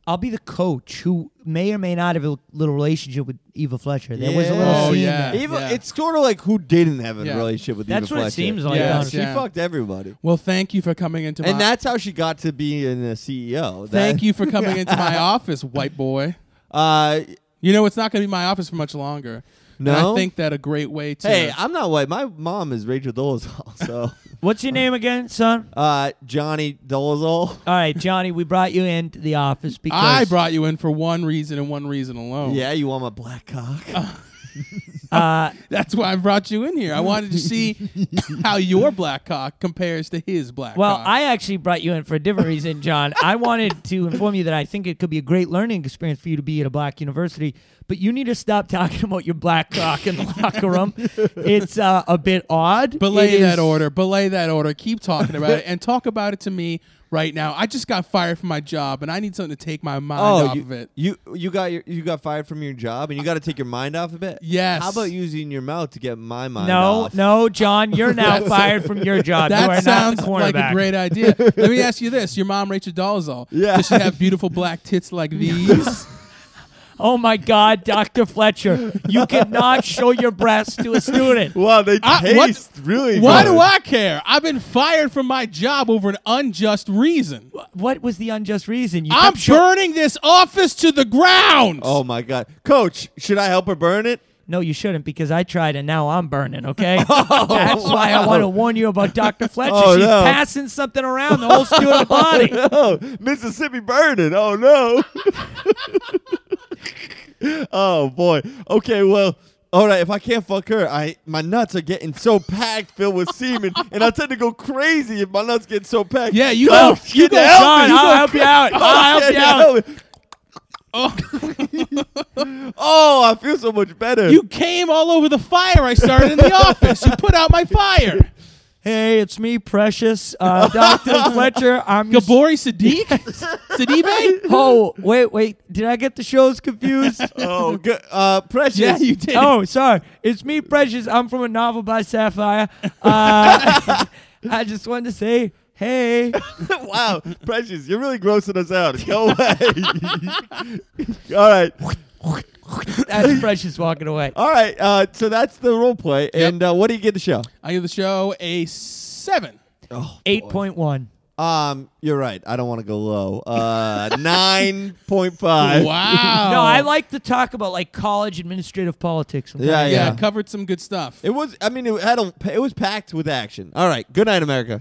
S1: I'll be the coach who may or may not have a little relationship with Eva Fletcher. There was a little
S2: Yeah.
S3: Oh,
S1: scene.
S3: yeah.
S1: there.
S2: Eva, it's sort of like who didn't have a
S3: Yeah.
S2: relationship with
S1: That's
S2: Eva
S1: what it
S2: Fletcher.
S1: seems like,
S2: Yeah,
S3: honestly.
S2: she
S3: Yeah.
S2: fucked everybody,
S3: Well, thank you for coming into
S2: and
S3: my.
S2: that's how she got to be in a CEO. That-
S3: [laughs] thank you for coming
S2: [laughs]
S3: into my office, white boy.
S2: Uh,
S3: You know it's not going to be my office for much longer. And
S2: No?
S3: I think that a great way to.
S2: hey, I'm not white. My mom is Rachel Dolezal. [laughs] So,
S1: What's your name again, son?
S2: uh, Johnny Dolezal.
S1: All right, Johnny, we brought you into the office because
S3: I brought you in for one reason and one reason alone.
S2: Yeah, you want my black cock?
S3: [laughs]
S1: uh,
S3: That's why I brought you in here. I wanted
S2: [laughs]
S3: to see how your black cock compares to his black
S1: Well,
S3: cock.
S1: I actually brought you in for a different reason, John. I wanted to inform you that I think it could be a great learning experience for you to be at a black university, but you need to stop talking about your black cock in the [laughs] locker room. It's uh, a bit odd.
S3: Belay
S1: It
S3: that
S1: is-
S3: order. Belay that order. Keep talking about it and talk about it to me right now. I just got fired from my job and I need something to take my mind
S1: Oh,
S3: off
S2: Oh, you,
S3: of it.
S2: you you got your, you got fired from your job, and you got to take your mind off of it.
S3: Yes.
S2: How about using your mouth to get my mind?
S1: No,
S2: off?
S1: no, John, you're now fired from your job. you are
S3: That sounds
S1: not the
S3: like a
S1: cornerback.
S3: great
S1: [laughs]
S3: idea. Let me ask you this: Your mom, Rachel Dolezal,
S2: Yeah.
S3: does she have beautiful black
S1: [laughs]
S3: tits like these?
S1: Oh my God, Dr. Fletcher, you cannot show your breasts to a student.
S2: Wow, they
S3: I- what-
S2: taste really.
S3: Why
S2: good.
S3: do I care? I've been fired from my job over an unjust reason.
S1: What was the unjust reason? You
S3: I'm
S1: kept show-
S3: burning this office to the ground.
S2: Oh my god, Coach, should I help her burn it? [laughs]
S1: No, you shouldn't because I tried and now I'm burning, okay? That's why I want to warn you about Dr.
S2: [laughs]
S1: Fletcher.
S2: Oh,
S1: She's
S2: no.
S1: passing something around the whole student
S2: [laughs]
S1: body.
S2: Oh, Mississippi burning. Oh no. [laughs] oh boy. Okay. Well. All right. If I can't fuck her, I my nuts are getting so packed, filled with semen, and I tend to go crazy if my nuts get so packed.
S3: Yeah, you
S2: Coach,
S3: go-
S2: get
S3: you go
S2: the help
S1: John,
S2: me.
S1: I'll
S2: go
S1: help you out.
S2: Oh,
S1: I'll help
S2: yeah,
S1: you
S2: [laughs]
S1: out.
S2: help me. [laughs] Oh, I feel so much better.
S3: You came all over the fire I started
S1: [laughs]
S3: in the office. You put out my fire.
S1: Hey, it's me, Precious. Uh,
S2: [laughs]
S1: Dr. Fletcher, I'm your
S3: Gabori Sadiq?
S1: [laughs]
S3: Sidibe?
S1: Oh, wait, wait. Did I get the shows
S2: [laughs]
S1: confused?
S2: oh, good. Uh, precious. [laughs]
S3: Yeah, you did.
S1: oh, sorry. It's me, Precious. I'm from a novel by Sapphire. Uh, [laughs] I just wanted to say, hey.
S2: wow, precious. You're really grossing us out. Go away. [laughs] all right. [laughs]
S1: That's Precious walking away.
S2: All right, uh, so that's the role play. And uh, what do you give the show?
S3: I give the show a seven.
S1: 8.1.
S2: Um, you're right. I don't want to go low. Uh, nine point five.
S3: Wow.
S1: No, I like to talk about like college administrative politics. sometimes.
S2: Yeah,
S3: Yeah,
S2: yeah.
S3: covered some good stuff.
S2: It was. I mean, it had a. It was packed with action. All right. Good night, America.